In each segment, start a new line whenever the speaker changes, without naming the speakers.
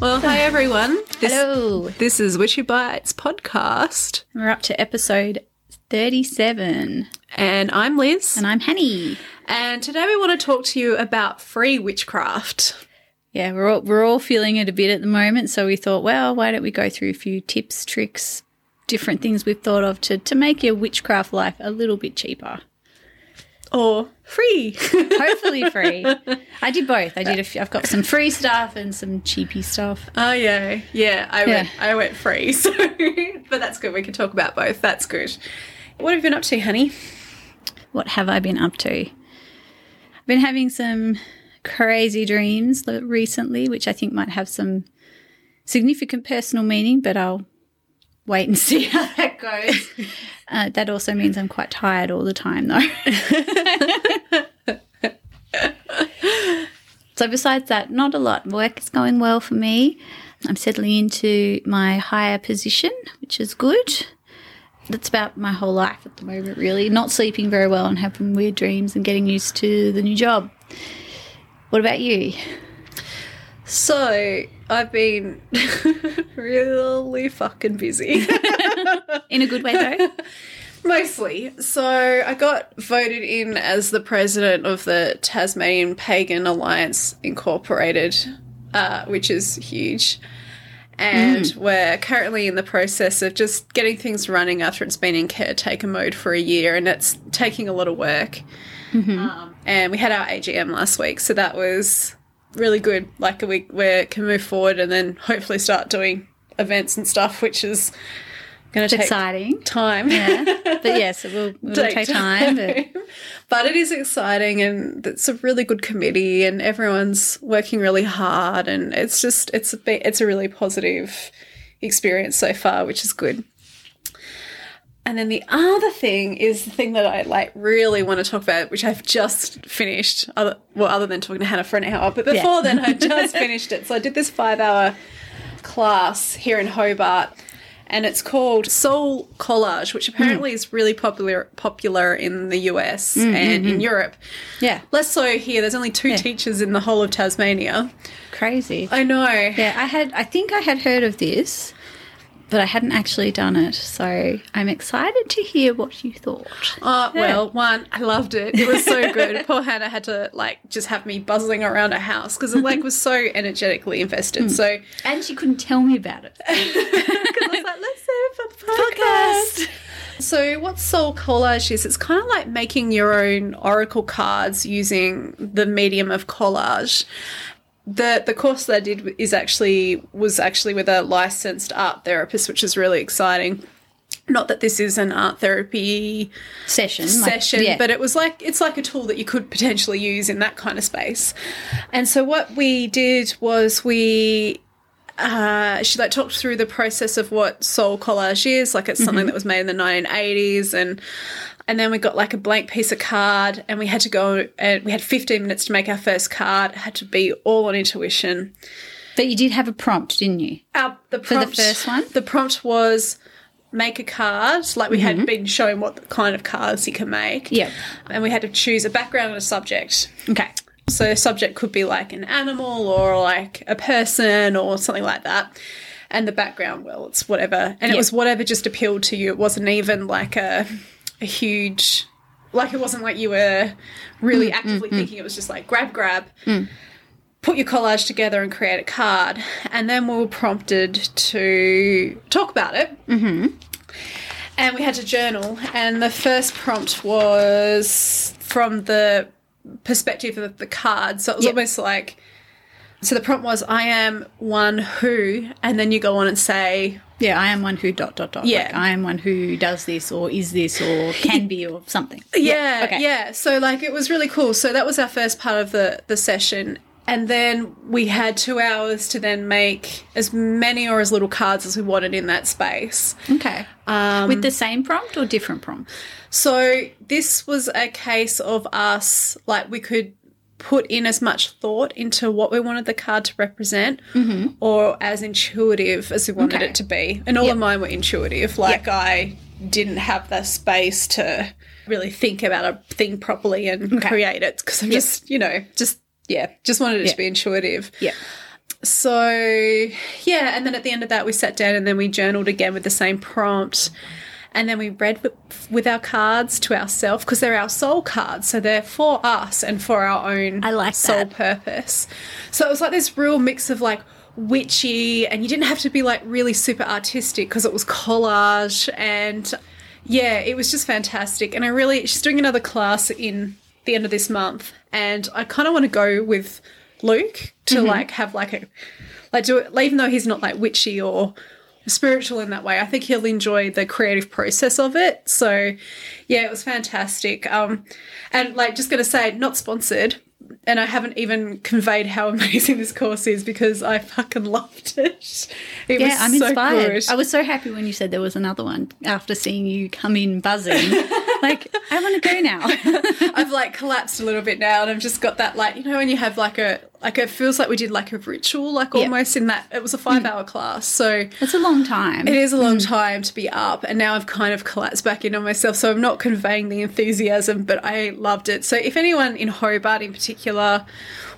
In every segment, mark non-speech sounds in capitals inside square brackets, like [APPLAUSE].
Well, [LAUGHS] hi everyone. This,
Hello.
this is Witchy Bites podcast,
We're up to episode 37,
and I'm Liz.
and I'm Hanny.
and today we want to talk to you about free witchcraft.
Yeah, we're all, we're all feeling it a bit at the moment, so we thought, well, why don't we go through a few tips, tricks, different things we've thought of to, to make your witchcraft life a little bit cheaper.
Or free. [LAUGHS]
Hopefully [LAUGHS] free. I did both. I did a few, I've got some free stuff and some cheapy stuff.
oh yeah. Yeah, I went I went free. [LAUGHS] So but that's good. We can talk about both. That's good. What have you been up to, honey?
What have I been up to? I've been having some crazy dreams l- recently, which I think might have some significant personal meaning, but I'll wait and [LAUGHS] see how that goes. Uh, that also means I'm quite tired all the time, though. so, besides that, not a lot. Work is going well for me. I'm settling into my higher position, which is good. That's about my whole life at the moment, really. Not sleeping very well and having weird dreams and getting used to the new job. What about you?
So I've been [LAUGHS] really fucking busy.
In a good way, though.
Mostly. So I got voted in as the president of the Tasmanian Pagan Alliance Incorporated, uh, which is huge. And
Mm.
we're currently in the process of just getting things running after it's been in caretaker mode for a year, and it's taking a lot of work.
Mm-hmm.
Um, and we had our AGM last week, so that was really good. Like we we can move forward and then hopefully start doing events and stuff, which is going to
[LAUGHS] It's
take
exciting.
time.
Yeah. But yes, it will, it will take, time. but- [LAUGHS]
but it is exciting and it's a really good committee and everyone's working really hard and it's just it's a be- it's a really positive experience so far which is good and then the other thing is the thing that I like really want to talk about, which I've just finished. Other, well, other than talking to Hannah for an hour, but before then I [LAUGHS] just finished it. So I did this five-hour class here in Hobart, and it's called Soul Collage, which apparently is really popular popular in the US and in Europe.
yeah.
Less so here. There's only two teachers in the whole of Tasmania.
Crazy.
I know.
Yeah, I had. I think I had heard of this, but I hadn't actually done it. So I'm excited to hear what you thought.
Oh, well, one, I loved it. It was [LAUGHS] so good. Poor Hannah had to, like, just have me buzzing around her house because the lake was so energetically invested. [LAUGHS] So,
And she couldn't tell me about it.
because I was like, let's have a podcast. So, what soul collage is, it's kind of like making your own oracle cards using the medium of collage. The, the course that I did is actually was actually with a licensed art therapist, which is really exciting. Not that this is an art therapy
Session. like-
session,
yeah.
but it was like it's like a tool that you could potentially use in that kind of space. And so what we did was we uh, she like talked through the process of what soul collage is, like it's
Mm-hmm.
something that was made in the 1980s and and then we got like a blank piece of card and we had to go and we had 15 minutes to make our first card. It had to be all on intuition.
but you did have a prompt, didn't you?
Our, the
the
prompt,
first one?
The prompt was make a card. Like we had been shown what kind of cards you can make.
Mm-hmm. Yep.
And we had to choose a background and a subject.
Okay.
So a subject could be like an animal or like a person or something like that. And the background, well, it's whatever. And it
Yeah.
was whatever just appealed to you. It wasn't even like a a huge like it wasn't like you were really actively thinking it was just like grab grab put your collage together and create a card and then we were prompted to talk about it mm-hmm. and we had to journal and the first prompt was from the perspective of the card so it was
Yep.
almost like so the prompt was i am one who and then you go on and say
Yeah, I am one who dot dot dot.
Yeah.
Like, I am one who does this or is this or can be or something.
Yeah,
okay.
yeah. So like it was really cool. So that was our first part of the the session. And then we had two hours to then make as many or as little cards as we wanted in that space.
[LAUGHS] Okay. Um, With the same prompt or different prompt?
So this was a case of us like we could put in as much thought into what we wanted the card to represent or as intuitive as we wanted
Okay.
it to be. And all of mine were intuitive. Like I didn't have the space to really think about a thing properly and create it because I'm just, you know, just yeah, just wanted it to be intuitive.
Yeah.
so yeah, and then at the end of that, we sat down and then we journaled again with the same prompt. And then we read with, with our cards to ourselves because they're our soul cards. So they're for us and for our own
I like
soul
that.
purpose. So it was like this real mix of like witchy, and you didn't have to be like really super artistic because it was collage. And yeah, it was just fantastic. And I really, she's doing another class in the end of this month. And I kind of want to go with Luke to
Mm-hmm.
like have like a, like do it, like, even though he's not like witchy or, spiritual in that way. I think he'll enjoy the creative process of it. So, yeah, it was fantastic. Um, and like, just going to say, not sponsored. And I haven't even conveyed how [LAUGHS] amazing this course is because I fucking loved it. It
Yeah,
was
I'm
so
inspired.
good.
I was so happy when you said there was another one after seeing you come in [LAUGHS] buzzing. like, I want to go [LAUGHS] now.
I've like collapsed a little bit now, and I've just got that like you know when you have like a like it feels like we did like a ritual like
Yeah. Mm.
almost in that it was a five hour class, so
It's a long time.
It is a long
Mm.
time to be up, and now I've kind of collapsed back in on myself, so I'm not conveying the enthusiasm, but I loved it. So, if anyone in Hobart in particular,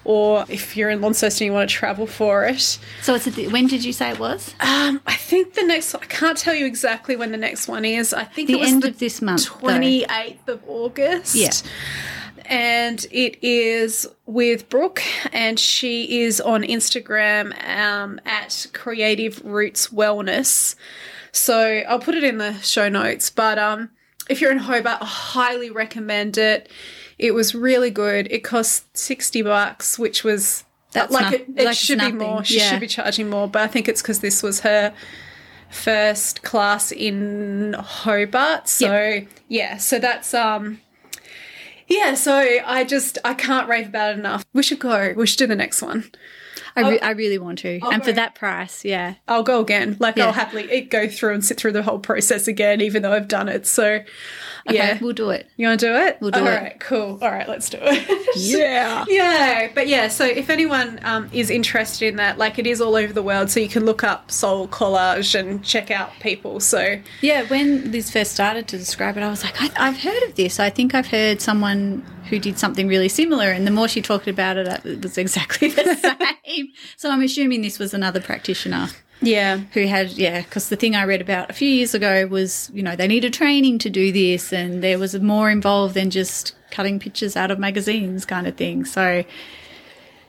or if you're in Launceston and you want to travel for it,
So it's at the, when did you say it was?
um, I think the next, I can't tell you exactly when the next one is. I think
the
it was
end
the
of this month. though.
28th of August.
Yeah.
And it is with Brooke, and she is on Instagram um, at Creative Roots Wellness. So I'll put it in the show notes. But um, if you're in Hobart, I highly recommend it. It was really good. It cost 60 bucks, which was
That's
like
not-
it, it
like it's
should be
nothing.
more. She
Yeah.
should be charging more, but I think it's because this was her first class in Hobart. So yeah, so that's um yeah, so I just I can't rave about it enough. We should go. We should do the next one.
I, re- I really want to. and for
go.
that price, yeah.
I'll go again. Like
Yeah.
I'll happily it go through and sit through the whole process again, even though I've done it. So
Okay,
yeah,
we'll do it.
you want to do it? We'll
do it.
All right, cool. All right, let's do it. [LAUGHS]
Yeah.
Yeah, but yeah, so if anyone um, is interested in that, like it is all over the world, so you can look up soul collage and check out people. So
Yeah, when Liz first started to describe it, I was like, I, I've heard of this. I think I've heard someone who did something really similar. And the more she talked about it, I- it was exactly the same. so I'm assuming this was another practitioner
yeah,
who had, yeah, because the thing I read about a few years ago was, you know, they needed training to do this. And there was more involved than just cutting pictures out of magazines kind of thing. So,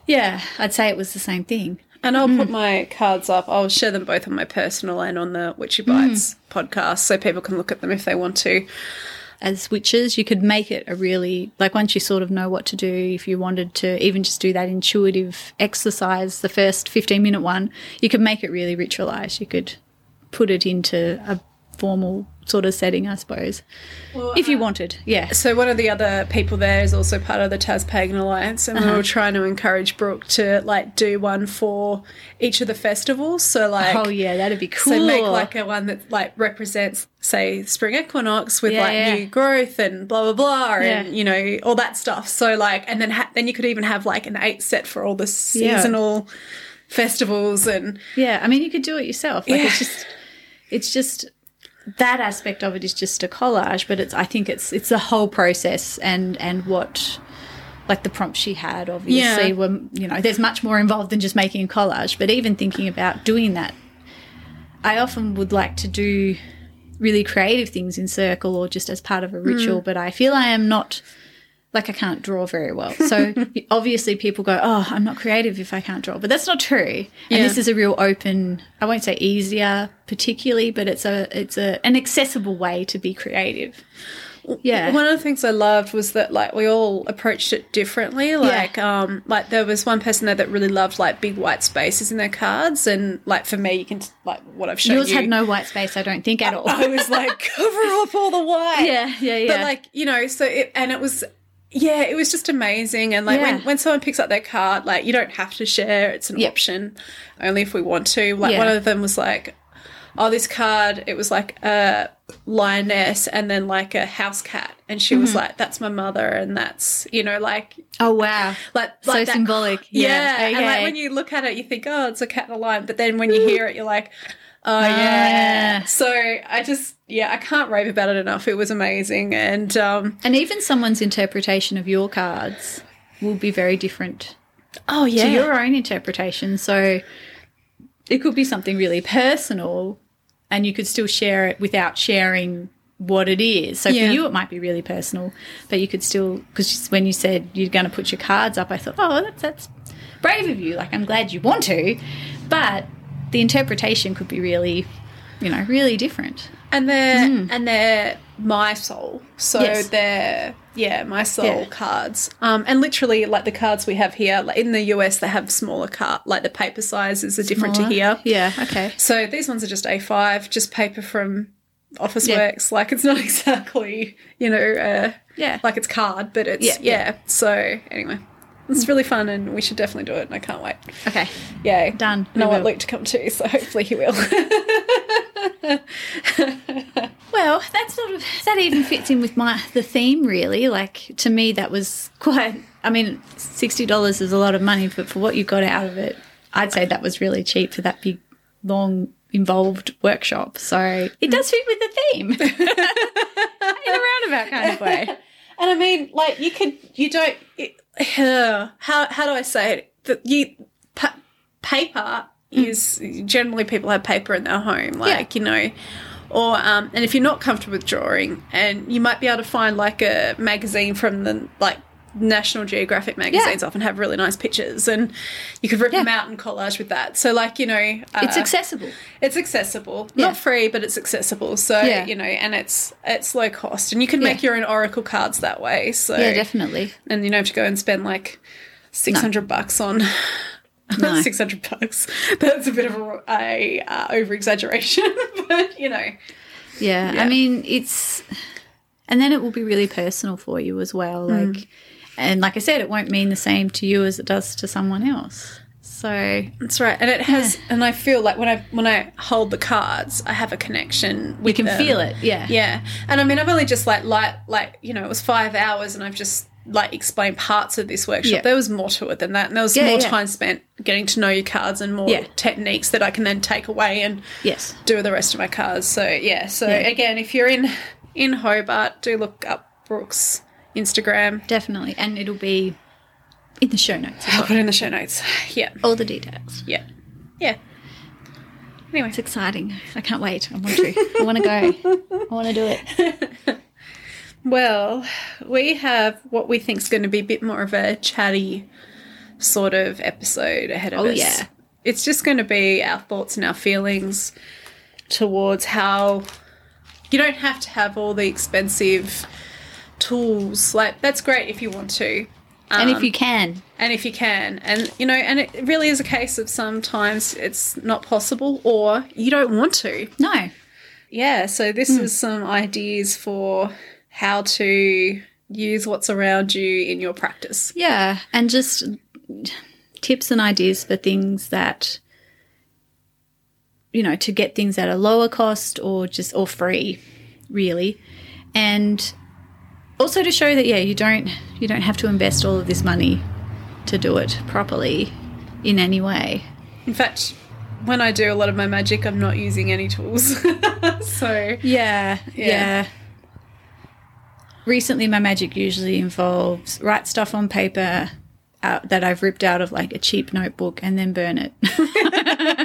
yeah, I'd say it was the same thing.
and I'll put my cards up. I'll share them both on my personal and on the Witchy Bites podcast, so people can look at them if they want to.
as witches, you could make it a really like once you sort of know what to do, if you wanted to even just do that intuitive exercise, the first 15 minute one, you could make it really ritualized. You could put it into a formal sort of setting, I suppose, if you wanted. Yeah.
uh, So one of the other people there is also part of the Taspagan Alliance, and
Uh-huh.
we were trying to encourage Brooke to like do one for each of the festivals. So like,
Oh, yeah, that'd be cool.
So make like a one that like represents, say, spring equinox with
Yeah,
like
yeah.
new growth and blah blah blah, and
Yeah.
you know all that stuff. So like, and then ha- then you could even have like an eight set for all the
Yeah.
seasonal festivals and
Yeah, I mean, you could do it yourself. Like
Yeah.
it's just, it's just that aspect of it is just a collage, but it's I think it's it's the whole process and and what like the prompts she had obviously
Yeah.
were you know there's much more involved than just making a collage, but even thinking about doing that, I often would like to do really creative things in circle or just as part
Mm.
of a ritual, but I feel I am not like I can't draw very well.
[LAUGHS]
So obviously people go, "Oh, I'm not creative if I can't draw." But that's not true. And this
Yeah.
is a real open, I won't say easier particularly, but it's a it's a an accessible way to be creative. Yeah.
One of the things I loved was that like we all approached it differently. Like um like there was one person there that really loved like big white spaces in their cards and like for me you can t- like what I've shown
Yours
you.
had no white space, I don't think at
[LAUGHS]
all.
I was like cover up all the white.
[LAUGHS] yeah, yeah, yeah.
But like, you know, so it and it was yeah, it was just amazing. And like when,
Yeah.
when someone picks up their card, like you don't have to share, it's an
Yep.
option. Only if we want to. Like
Yeah.
one of them was like, Oh, this card, it was like a lioness and then like a house cat. And she
Mm-hmm.
was like, That's my mother and that's you know, like
oh wow.
like,
So
like that-
symbolic.
[LAUGHS] yeah.
Yeah.
And like
Okay.
when you look at it, you think, oh, it's a cat and a lion. But then
[LAUGHS]
when you hear it, you're like, oh, yeah.
yeah.
[LAUGHS] So I just, yeah, I can't rave about it enough. It was amazing. And um,
And even someone's interpretation of your cards will be very different
Oh yeah.
to your own interpretation. So it could be something really personal, and you could still share it without sharing what it is. So
Yeah.
for you, it might be really personal, but you could still because when you said you're going to put your cards up, I thought, oh, that's that's brave of you. Like I'm glad you want to, but the interpretation could be really, you know, really different.
and they're and they're my soul. So
Mm. Yes.
they're yeah, my soul
Yeah.
cards. Um, and literally like the cards we have here, like in the US they have smaller card, like the paper sizes are different to here.
Yeah. Okay.
So these ones are just A5, just paper from Office
Yeah.
Works. Like it's [LAUGHS] not exactly you know uh,
Yeah.
like it's card, but it's yeah.
Yeah, yeah.
So anyway, it's really fun and we should definitely do it. And I can't wait.
Okay.
Yay.
Done.
And I
We
want
will.
Luke to come too, so hopefully he will. [LAUGHS]
Well, that sort of that even fits in with my the theme really. Like to me, that was quite. I mean, sixty dollars is a lot of money, but for what you got out of it, I'd say that was really cheap for that big, long, involved workshop. So it does fit with the [LAUGHS] theme in a roundabout kind of way.
And I mean, like you could, you don't. It, how how do I say it? That you pa- paper is generally people have paper in their home, like you know, or um, and if you're not comfortable with drawing, and you might be able to find like a magazine from the like. National Geographic magazines often have really nice pictures, and you could rip them out and collage with that. So, like you know, uh,
It's accessible.
it's accessible,
Yeah.
not free, but it's accessible. So
Yeah.
you know, and it's it's low cost, and you can make
Yeah.
your own oracle cards that way. So
Yeah, definitely.
and you don't have to go and spend like six hundred bucks on. [LAUGHS]
No.
Six hundred bucks. That's a bit of a, a uh, over exaggeration, [LAUGHS] but you know,
Yeah,
Yeah.
I mean, it's, and then it will be really personal for you as well. Like, and like I said, it won't mean the same to you as it does to someone else. So
that's right. And it has, and I feel like when I when I hold the cards, I have a connection.
we
With
can
them.
feel it. Yeah.
Yeah, and I mean, I've only just like like like you know, it was five hours, and I've just like explained parts of this workshop.
Yeah.
There was more to it than that, and there was
Yeah,
more
yeah.
time spent getting to know your cards and more
Yeah.
techniques that I can then take away and
Yes.
do the rest of my cards. So yeah, so
Yeah.
again, if you're in in Hobart, do look up Brooks Instagram.
Definitely. And it'll be in the show notes.
I'll put it in the show notes. [SIGHS] Yeah,
All the details.
yeah, yeah. Anyway,
It's exciting. I can't wait. I want to. I want to go. I want to do it.
Well, we have what we think's going to be a bit more of a chatty sort of episode ahead of
Oh,
us.
yeah.
It's just going to be our thoughts and our feelings towards how you don't have to have all the expensive tools. Like that's great if you want to.
and if
Um,
you can,
and if you can and you know and it really is a case of sometimes it's not possible or you don't want to
no.
yeah, so this is some ideas for how to use what's around you in your practice.
Yeah. And just tips and ideas for things that, you know, to get things at a lower cost or just, or free, really. And also to show that, yeah, you don't, you don't have to invest all of this money to do it properly in any way.
In fact, when I do a lot of my magic, I'm not using any tools. [LAUGHS] so,
Yeah,
Yeah.
yeah. Recently, my magic usually involves write stuff on paper uh, that I've ripped out of like a cheap notebook and then burn it [LAUGHS]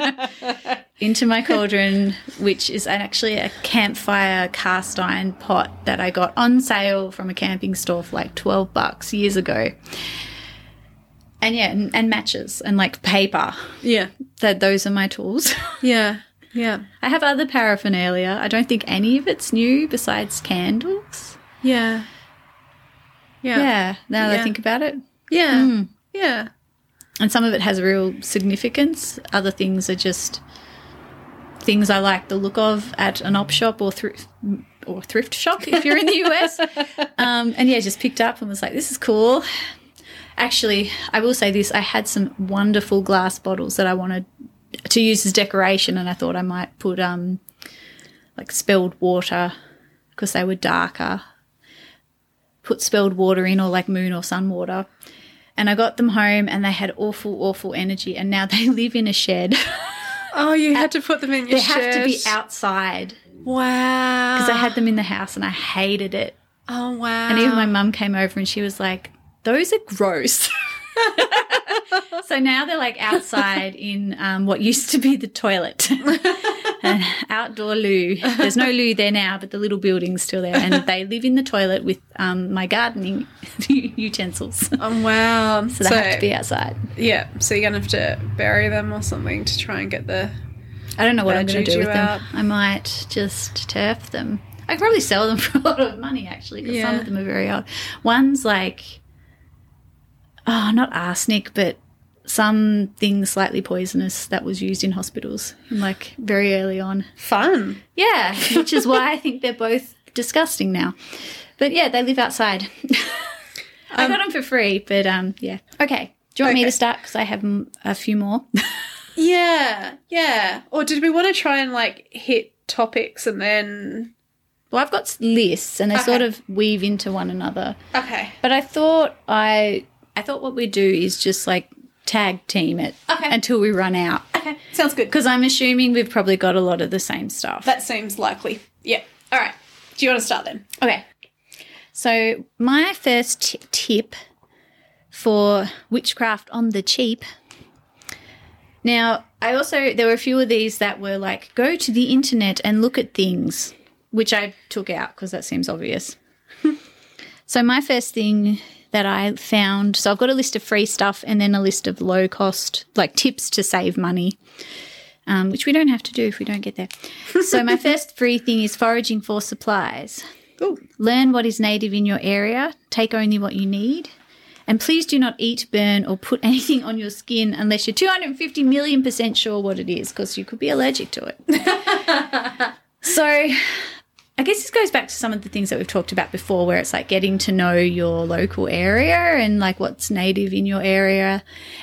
into my cauldron, which is an- actually a campfire cast iron pot that I got on sale from a camping store for like 12 bucks years ago. And yeah, and, and matches and like paper.
yeah.
That those are my tools. [LAUGHS]
Yeah. Yeah.
I have other paraphernalia. I don't think any of it's new besides candles.
Yeah.
Yeah,
Yeah. Hmm.
now that
Yeah.
I think about it.
Yeah. Yeah.
And some of it has real significance. Other things are just things I like the look of at an op shop or thrift or thrift shop if you're in the US. Um, and yeah, just picked up and was like, this is cool. Actually, I will say this: I had some wonderful glass bottles that I wanted to use as decoration, and I thought I might put um, like spelled water because they were darker. Put spelled water in, or like moon or sun water. And I got them home, and they had awful, awful energy. And now [LAUGHS] they live in a shed.
Oh, you had to put them in your
they have to be
shirt.
outside
Wow.
because I had them in the house, and I hated it.
Oh, wow.
Ah. And even my mum came over and she was like, those are gross. [LAUGHS] So now they're like outside in um, what used to be the toilet, [LAUGHS] an outdoor loo. There's no loo there now, but the little building's still there, and they live in the toilet with um, my gardening [LAUGHS] utensils.
Oh wow.
So they have to be outside.
yeah. So you're gonna have to bury them or something to try and get the.
I don't know what I'm
Bad
going to do
juju
with
out.
them. I might just turf them. I could probably sell them [LAUGHS] for a lot of money, actually, because some
Yeah.
of them are very old. One's like, oh, not arsenic, but something slightly poisonous that was used in hospitals, like very early on.
Fun.
Yeah, [LAUGHS] which is why I think they're both disgusting now. But yeah, they live outside. [LAUGHS] I got them for free, but um, yeah. Okay. Do you want me
Um, Okay.
to start? Because I have mm, a few more.
Yeah. Yeah. Or did we want to try and like hit topics and then?
Well, I've got s- lists and they sort
Okay.
of weave into one another.
Okay.
But I thought I I thought what we do is just like tag team it
Okay.
until we run out
Okay. Sounds good.
because I'm assuming we've probably got a lot of the same stuff.
That seems likely. Yeah. All right. Do you want to start then?
okay. So, my first t- tip for witchcraft on the cheap. Now, I also there were a few of these that were like go to the internet and look at things, which I took out because that seems obvious. [LAUGHS] so my first thing that I found, so I've got a list of free stuff and then a list of low cost like tips to save money. Um, which we don't have to do if we don't get there. so my first free thing is foraging for supplies.
Ooh.
Learn what is native in your area. Take only what you need. And please do not eat, burn, or put [LAUGHS] anything on your skin unless you're 250 million percent sure what it is, because you could be allergic to it. so, I guess this goes back to some of the things that we've talked about before, where it's like getting to know your local area and like what's native in your area.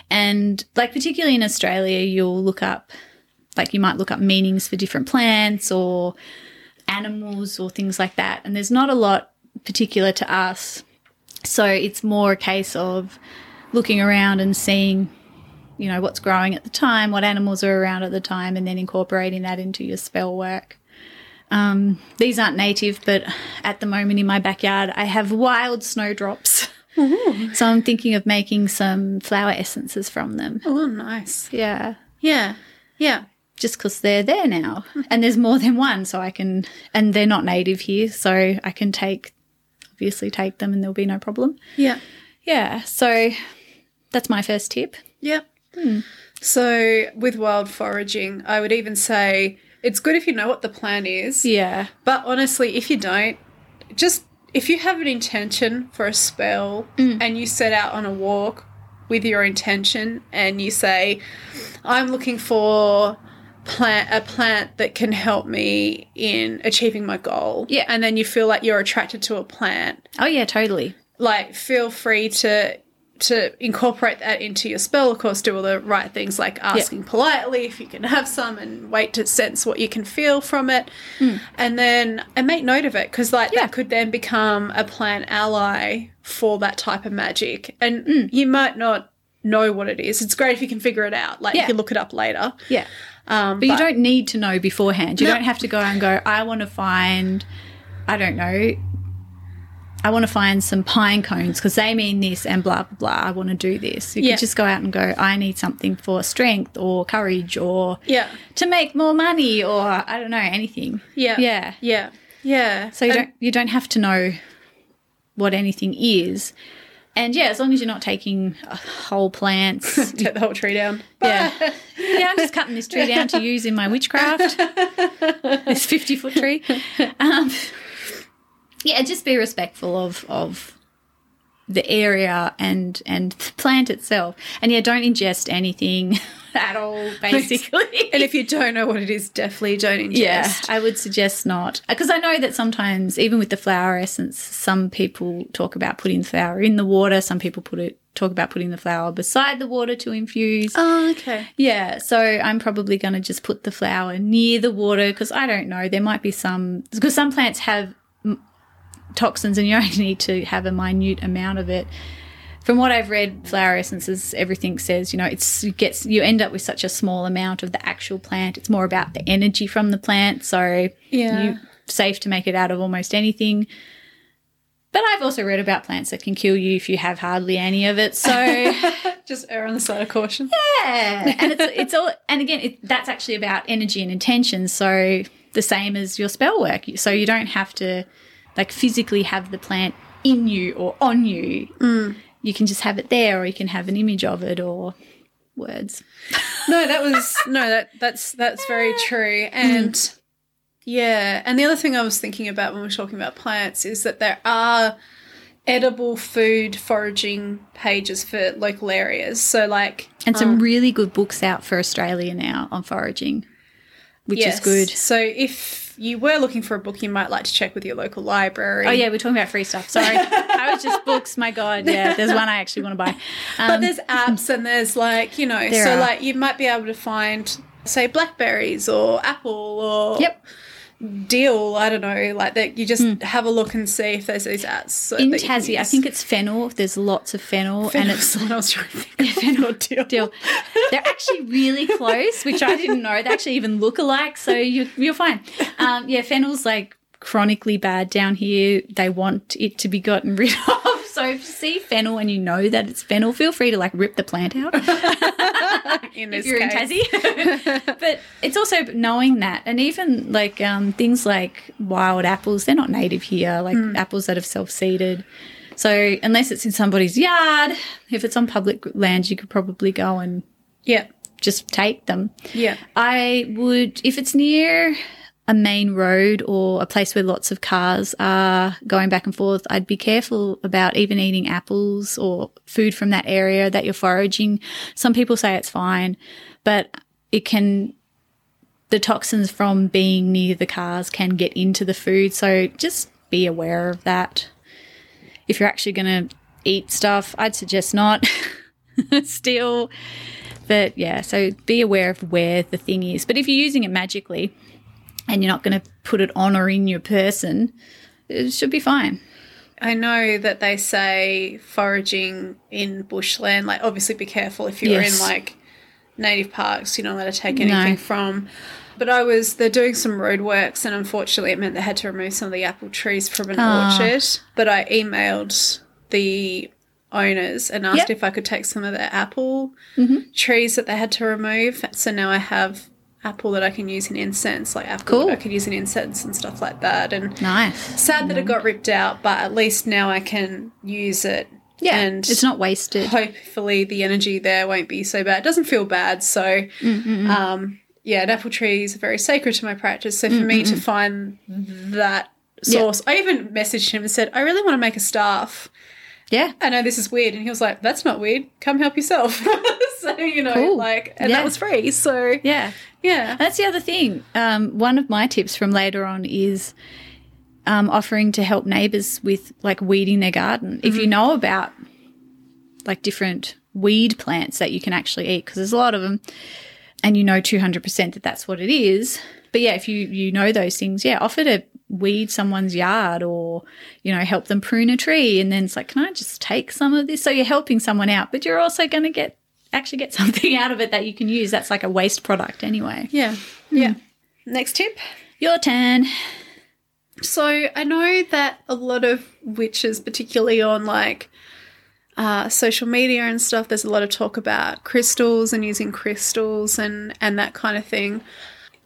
And like, particularly in Australia, you'll look up, like, you might look up meanings for different plants or animals or things like that. And there's not a lot particular to us. So it's more a case of looking around and seeing, you know, what's growing at the time, what animals are around at the time, and then incorporating that into your spell work. Um, these aren't native, but at the moment in my backyard, I have wild snowdrops. [LAUGHS] So I'm thinking of making some flower essences from them.
Oh, nice.
Yeah
Yeah. Yeah.
just because they're there now and there's more than one so i can and they're not native here so i can take obviously take them and there'll be no problem
Yeah.
yeah so that's my first tip
Yeah. Hmm. So with wild foraging, I would even say it's good if you know what the plan is.
yeah
But honestly, if you don't, just if you have an intention for a spell and you set out on a walk with your intention and you say, I'm looking for plant a plant that can help me in achieving my goal.
Yeah.
And then you feel like you're attracted to a plant
oh yeah totally
like feel free to to incorporate that into your spell of course do all the right things like asking politely if you can have some and wait to sense what you can feel from it and then and make note of it because like
Hmm. Yeah.
that could then become a plan ally for that type of magic and
Hmm.
you might not know what it is it's great if you can figure it out like
Yeah.
you can look it up later
yeah
um,
but, you don't need to know beforehand you
No.
don't have to go and go i want to find i don't know i want to find some pine cones because they mean this and blah blah blah i want to do this you
Yeah.
can just go out and go i need something for strength or courage or
yeah
to make more money or I don't know anything.
yeah
Yeah.
yeah yeah
So you
And-
don't you don't have to know what anything is. And yeah, as long as you're not taking uh,
[LAUGHS]
whole plants.
take the whole tree down
yeah. Yeah, I'm just cutting this tree down to use in
[LAUGHS]
my witchcraft. this 50 foot tree. Um, yeah, just be respectful of of the area and and the plant itself. And yeah, don't ingest anything [LAUGHS] at all basically.
and if you don't know what it is definitely don't ingest
Yeah, I would suggest not. Because I know that sometimes, even with the flower essence, some people talk about putting the flower in the water. Some people put it talk about putting the flower beside the water to infuse.
oh okay
Yeah, so I'm probably going to just put the flower near the water because I don't know. There might be some because some plants have mm, toxins, and you [LAUGHS] only need to have a minute amount of it. From what I've read, flower essences, everything says you know it's it gets you end up with such a small amount of the actual plant. It's more about the energy from the plant, so
Yeah.
you safe to make it out of almost anything. But I've also read about plants that can kill you if you have hardly any of it. So
Just err on the side of caution.
Yeah, and it's it's all and again it, that's actually about energy and intention. So the same as your spell work. So you don't have to like physically have the plant in you or on you. You can just have it there, or you can have an image of it, or words.
No, that was no that that's that's very true. And
Mm.
yeah, and the other thing I was thinking about when we we're talking about plants is that there are edible food foraging pages for local areas. So like
And some really good books out for Australia now on foraging, which
yes.
is good.
So if you were looking for a book, you might like to check with your local library.
Oh yeah, we're talking about free stuff. Sorry, [LAUGHS] I was just books. My God, yeah. There's one I actually want to [LAUGHS] buy.
But there's apps and there's like, you know,
There
so
are.
like you might be able to find say blackberries or apple or
Um, Yep.
deal, I don't know, like that you just have a look and see if there's these apps. so
Hmm. In
that you can
Tassie, I
use. [LAUGHS]
think it's fennel. There's lots of fennel, and
Fennel was
it's
the one I was trying to
[LAUGHS]
think. of. Or deal.
deal. They're actually really close, which I didn't know. They actually even look alike, so you, you're fine. Um, yeah, fennel's like chronically bad down here. They want it to be gotten rid [LAUGHS] of. So if you see fennel and you know that it's fennel, feel free to like rip the plant out
In
if
this
you're
case.
in Tassie. but it's also knowing that, and even like um, things like wild apples, they're not native here. Like apples that have self seeded. So unless it's in somebody's yard, if it's on public land, you could probably go and
Yeah.
just take them.
Yeah.
I would, if it's near a main road or a place where lots of cars are going back and forth, I'd be careful about even eating apples or food from that area that you're foraging. Some people say it's fine, but it can, the toxins from being near the cars can get into the food. So just be aware of that. If you're actually going to eat stuff, I'd suggest not. [LAUGHS] Still, but yeah, so be aware of where the thing is. But if you're using it magically and you're not going to put it on or in your person, it should be fine.
I know that they say foraging in bushland, like obviously be careful if you're
Yes.
in like native parks, you're not allowed to take anything from. But I was they're doing some roadworks and unfortunately it meant they had to remove some of the apple trees from an
Ah.
orchard. But I emailed the owners and asked
Yep. Mm-hmm.
if I could take some of the apple trees that they had to remove. So now I have apple that I can use in incense, like apple
Cool.
that I could use in incense and stuff like that. And
Nice.
Sad that it got ripped out, but at least now I can use it.
Yeah.
And
it's not wasted.
hopefully the energy there won't be so bad. It doesn't feel bad.
Mm,
So, um, yeah, and apple trees are very sacred to my practice. So for
Mm,
me to find that source, I even messaged him and said, I really want to make a staff.
Yeah.
I know this is weird. And he was like, That's not weird. Come help yourself. [LAUGHS] so, you know,
Cool.
like, and
Yeah.
that was free. So,
Yeah.
yeah.
[LAUGHS] That's the other thing. Um, one of my tips from later on is um, offering to help neighbors with like weeding their garden. If you know about like different weed plants that you can actually eat, because there's a lot of them, and you know 200% that that's what it is. But yeah, if you, you know those things, yeah, offer to weed someone's yard or, you know, help them prune a tree. And then it's like, can I just take some of this? So you're helping someone out, but you're also going to get actually get [LAUGHS] something out of it that you can use. That's like a waste product anyway.
Yeah.
Mm.
Yeah. Next tip.
Your turn.
So I know that a lot of witches, particularly on like uh, social media and stuff, there's a lot of talk about crystals and using crystals and and that kind of thing.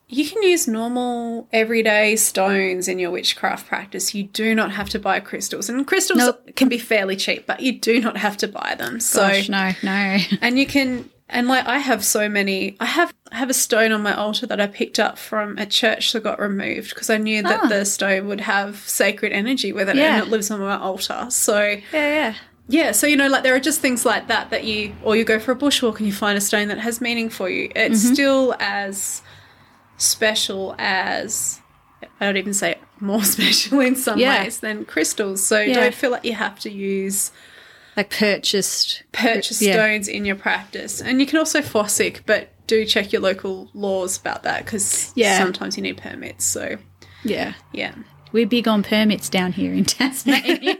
You can use normal everyday stones in your witchcraft practice. You do not have to buy crystals, and crystals
Nope.
can be fairly cheap, but you do not have to buy them. So
Gosh, no, no.
and you can and like I have so many. I have I have a stone on my altar that I picked up from a church that got removed because I knew that
Ah.
the stone would have sacred energy with it
Yeah.
and it lives on my altar. So
[LAUGHS] Yeah, yeah.
yeah, so you know like there are just things like that that you or you go for a bushwalk and you find a stone that has meaning for you. It's
Mm-hmm.
still as special as I don't even say more [LAUGHS] special in some
Yeah.
ways than crystals. So
Yeah.
don't feel like you have to use
Like purchased.
purchase
Yeah.
stones in your practice. And you can also fossick, but do check your local laws about that because
Yeah.
sometimes you need permits. So,
Yeah.
yeah.
We're big on permits down here in [LAUGHS] Tasmania.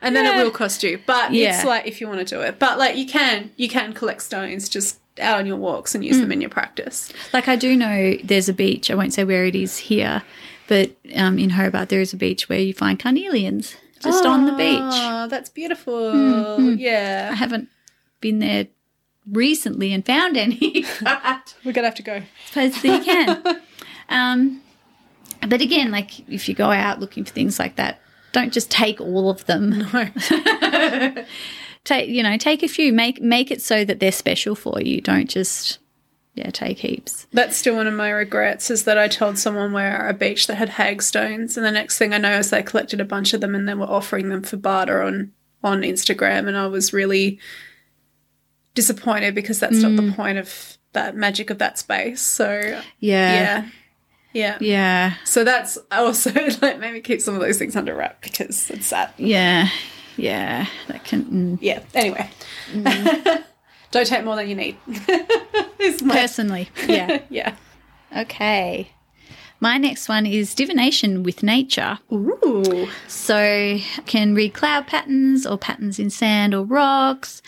And then it will cost you, but
Yeah.
it's like if you want to do it. But like you can, you can collect stones just out on your walks and use
Mm.
them in your practice.
like, I do know there's a beach. I won't say where it is here, but um, in Hobart, there is a beach where you find carnelians. just on the beach.
Oh, that's beautiful.
Mm, mm. I [LAUGHS]
Yeah.
haven't been there recently and found any, but
We're going to have to go.
suppose that you [LAUGHS] can. um, but again, like if you go out looking for things like that, don't just take all of them. [LAUGHS] take you know, take a few. Make make it so that they're special for you. Don't just yeah, take heaps.
That's still one of my regrets is that I told someone where a beach that had hagstones, and the next thing I know is they collected a bunch of them and they were offering them for barter on on Instagram, and I was really disappointed because that's not the point of that magic of that space. So yeah, yeah.
Yeah.
So that's also [LAUGHS] like maybe keep some of those things under wrap because it's sad.
Yeah. Yeah. That can mm.
Yeah. Anyway, [LAUGHS] don't take more than you need. [LAUGHS] Is my-
personally. [LAUGHS] Yeah.
[LAUGHS] yeah.
okay. My next one is divination with nature.
Ooh.
So you can read cloud patterns or patterns in sand or rocks,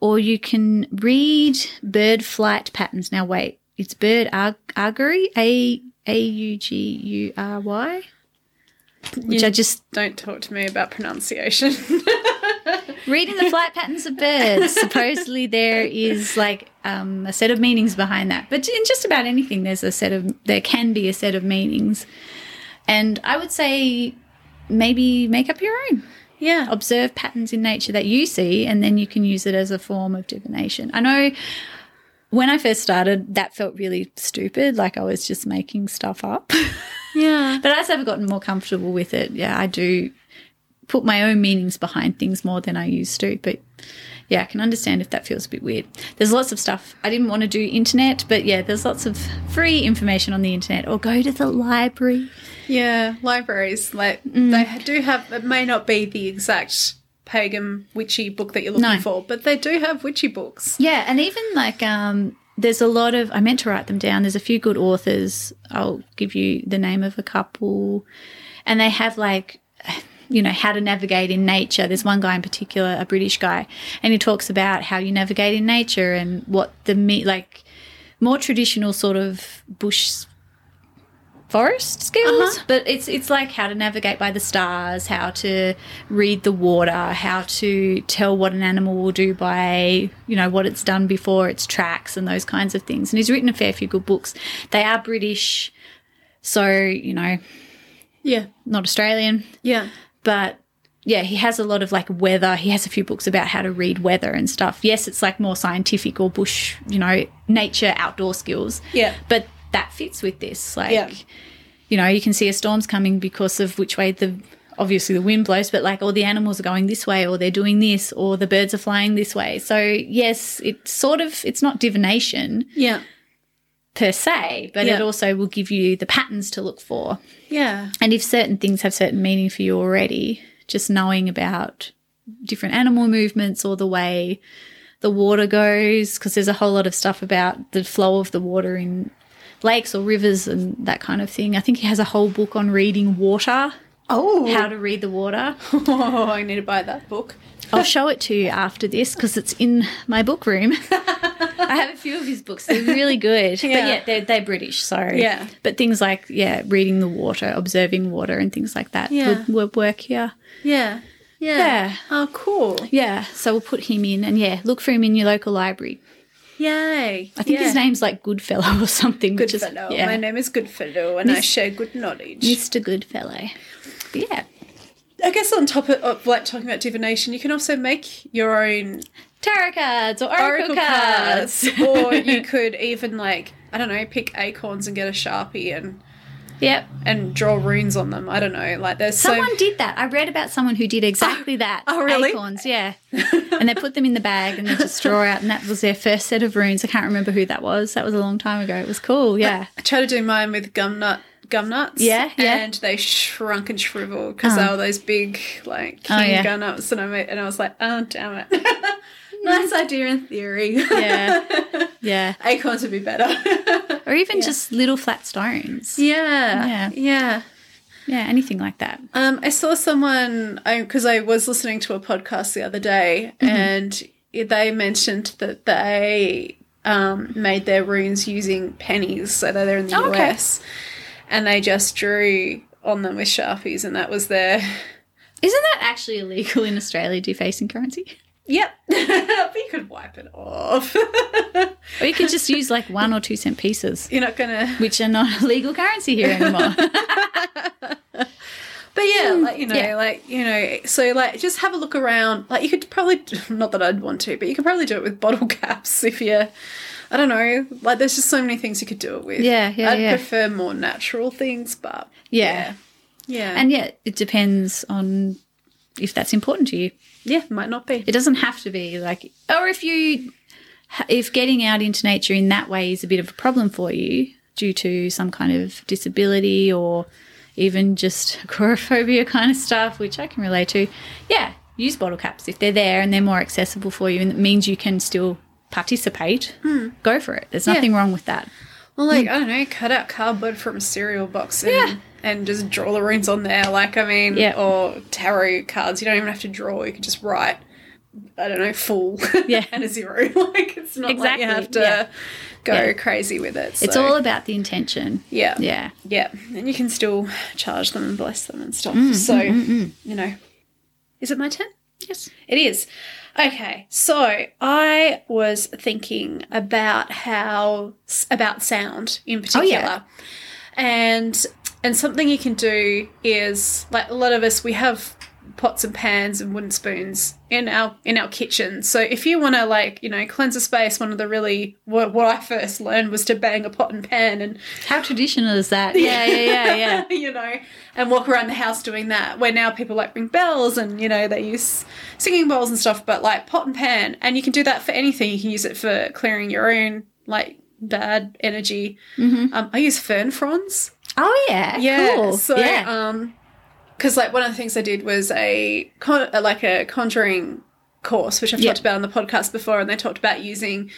or you can read bird flight patterns. Now wait, it's bird ar- augury, a a u g u r y, which I just
Don't talk to me about pronunciation. [LAUGHS]
reading the flight patterns of birds. Supposedly there is like um, a set of meanings behind that, but in just about anything, there's a set of there can be a set of meanings, and I would say maybe make up your own.
yeah.
observe patterns in nature that you see and then you can use it as a form of divination. I know when I first started, that felt really stupid, like I was just making stuff up.
Yeah.
[LAUGHS] but as I've gotten more comfortable with it, yeah, I do put my own meanings behind things more than I used to. But yeah, I can understand if that feels a bit weird. There's lots of stuff. I didn't want to do internet, but yeah, there's lots of free information on the internet or go to the library.
Yeah, libraries like they do have. It may not be the exact pagan witchy book that you're looking
No.
for, but they do have witchy books.
Yeah, and even like um, there's a lot of I meant to write them down. There's a few good authors. I'll give you the name of a couple, and they have like you know how to navigate in nature. There's one guy in particular, a British guy, and he talks about how you navigate in nature and what the me like more traditional sort of bush forest skills Uh-huh. but it's it's like how to navigate by the stars how to read the water how to tell what an animal will do by you know what it's done before its tracks and those kinds of things and he's written a fair few good books they are british so you know
Yeah,
not australian
yeah,
but yeah, he has a lot of like weather. He has a few books about how to read weather and stuff. Yes, it's like more scientific or bush, you know, nature outdoor skills.
Yeah.
But that fits with this. Like,
Yeah.
you know, you can see a storm's coming because of which way the obviously the wind blows, but like all the animals are going this way or they're doing this or the birds are flying this way. So, yes, it's sort of it's not divination
yeah,
per se, but
Yeah.
it also will give you the patterns to look for.
yeah,
And if certain things have certain meaning for you already, just knowing about different animal movements or the way the water goes, because there's a whole lot of stuff about the flow of the water in lakes or rivers and that kind of thing. I think he has a whole book on reading water,
Oh,
how to read the water.
[LAUGHS] oh, I need to buy that book.
I'll show it to you after this because it's in my book room. [LAUGHS] I have a few of his books. They're really good.
Yeah.
But yeah, they're, they're British, so.
Yeah.
But things like, yeah, reading the water, observing water, and things like that
Yeah.
would, would work here.
Yeah, yeah. [LAUGHS]
Yeah.
Oh, cool.
Yeah. So we'll put him in and yeah, look for him in your local library.
Yay!
I think his name's like Goodfellow or something. which is-
Goodfellow.
yeah.
My name is Goodfellow, and I share good knowledge.
Mr. Goodfellow. But yeah.
I guess on top of, of like talking about divination, you can also make your own
Tarot cards or
oracle
oracle, cards.
cards, or you could even like I don't know, pick acorns and get a sharpie and
[LAUGHS] yep.
and draw runes on them. I don't know, like there's
Someone
so
did that. I read about someone who did exactly that.
oh, really?
Acorns, yeah.
[LAUGHS]
and they put them in the bag and they just draw out, and that was their first set of runes. I can't remember who that was. That was a long time ago. It was
[LAUGHS]
cool, yeah.
I try to do mine with gum nut gum nuts.
Yeah, yeah.
And they shrunk and shriveled because they were those big like king
Oh, yeah.
gum nuts, and I made, and I was like, oh damn it.
[LAUGHS]
nice idea in theory.
Yeah. Yeah.
[LAUGHS] acorns would be better.
Or even just little flat stones.
yeah. [LAUGHS]
Yeah.
Yeah.
Yeah, anything like that.
Um, I saw someone because I, was listening to a podcast the other day,
Mm-hmm.
and they mentioned that they um, made their runes using pennies, so that they're in the
Oh, okay.
US, and they just drew on them with sharpies, and that was their [LAUGHS]
Isn't that actually illegal in Australia, defacing currency?
Yep. [LAUGHS] but you could wipe it off. [LAUGHS]
Or you could just use like one or two cent pieces,
You're not going to.
which are not legal currency here anymore.
But yeah, like, you know,
Mm, yeah.
like, you know, so like just have a look around. Like you could probably, [LAUGHS] not that I'd want to, but you could probably do it with bottle [LAUGHS] caps if you, I don't know, like there's just so many things you could do it with.
Yeah, yeah,
I'd
yeah.
prefer more natural things, but
yeah.
yeah.
And yet it depends on if that's important to you.
yeah, might not be.
It doesn't have to be like, or if you, if getting out into nature in that way is a bit of a problem for you due to some kind of disability or even just [LAUGHS] agoraphobia kind of stuff, which I can relate to, yeah, use bottle caps if they're there and they're more accessible for you and it means you can still participate, go for it. There's nothing wrong with that.
Well, like, I don't know, cut out cardboard from a cereal box and,
Mm. Yeah.
and just draw the runes on there. Like, I mean,
Yeah.
or tarot cards. You don't even have to draw, you can just write, I don't know, [LAUGHS] full
Yeah.
and a zero. [LAUGHS] like, it's not
Exactly,
like you have to
yeah.
go
Yeah.
crazy with it.
It's
so,
all about the intention.
Yeah.
Yeah.
Yeah. And you can still charge them and bless them and stuff. so, you know. Is it my turn?
Yes.
It is. Okay, so I was thinking about how about sound in particular. And and something you can do is like a lot of us we have pots and pans and wooden spoons in our in our kitchen. So if you want to like, you know, cleanse a space, one of the really what, what I first learned was to bang a pot and pan and
How traditional is [LAUGHS] that? Yeah, yeah, yeah, yeah.
[LAUGHS] you know, and walk around the house doing that. Where now people like ring bells and you know they use singing bowls and stuff, but like pot and pan, and you can do that for anything. You can use it for clearing your own like bad energy. Um, I use fern fronds.
Mm-hmm. Oh yeah.
Yeah.
Cool.
So,
yeah.
um, because like one of the things I did was a con- uh, like a conjuring course, which I've
Yeah.
talked about on the podcast before, and they talked about using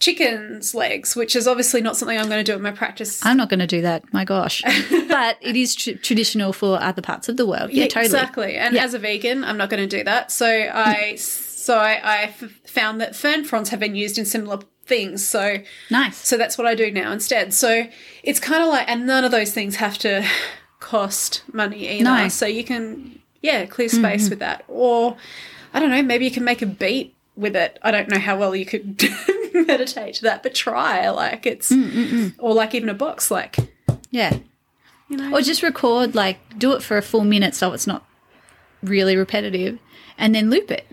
chicken's legs, which is obviously not something I'm going to do in my practice.
I'm not going to do that. My gosh. but it is tr- traditional for other parts of the world. Yeah, totally.
Exactly. And as a vegan, I'm not going to do that. So I [LAUGHS] so I, I f- found that fern fronds have been used in similar things. So
Nice.
so that's what I do now instead. So it's kind of like and none of those things have to [LAUGHS] cost money either.
No. Mm-hmm.
So you can yeah, clear space with that. Or I don't know, maybe you can make a beat with it. I don't know how well you could [LAUGHS] meditate to that, but try like it's
Mm,
or like even a box like
Yeah.
you know.
Or just record, like, do it for a full minute so it's not really repetitive and then loop it.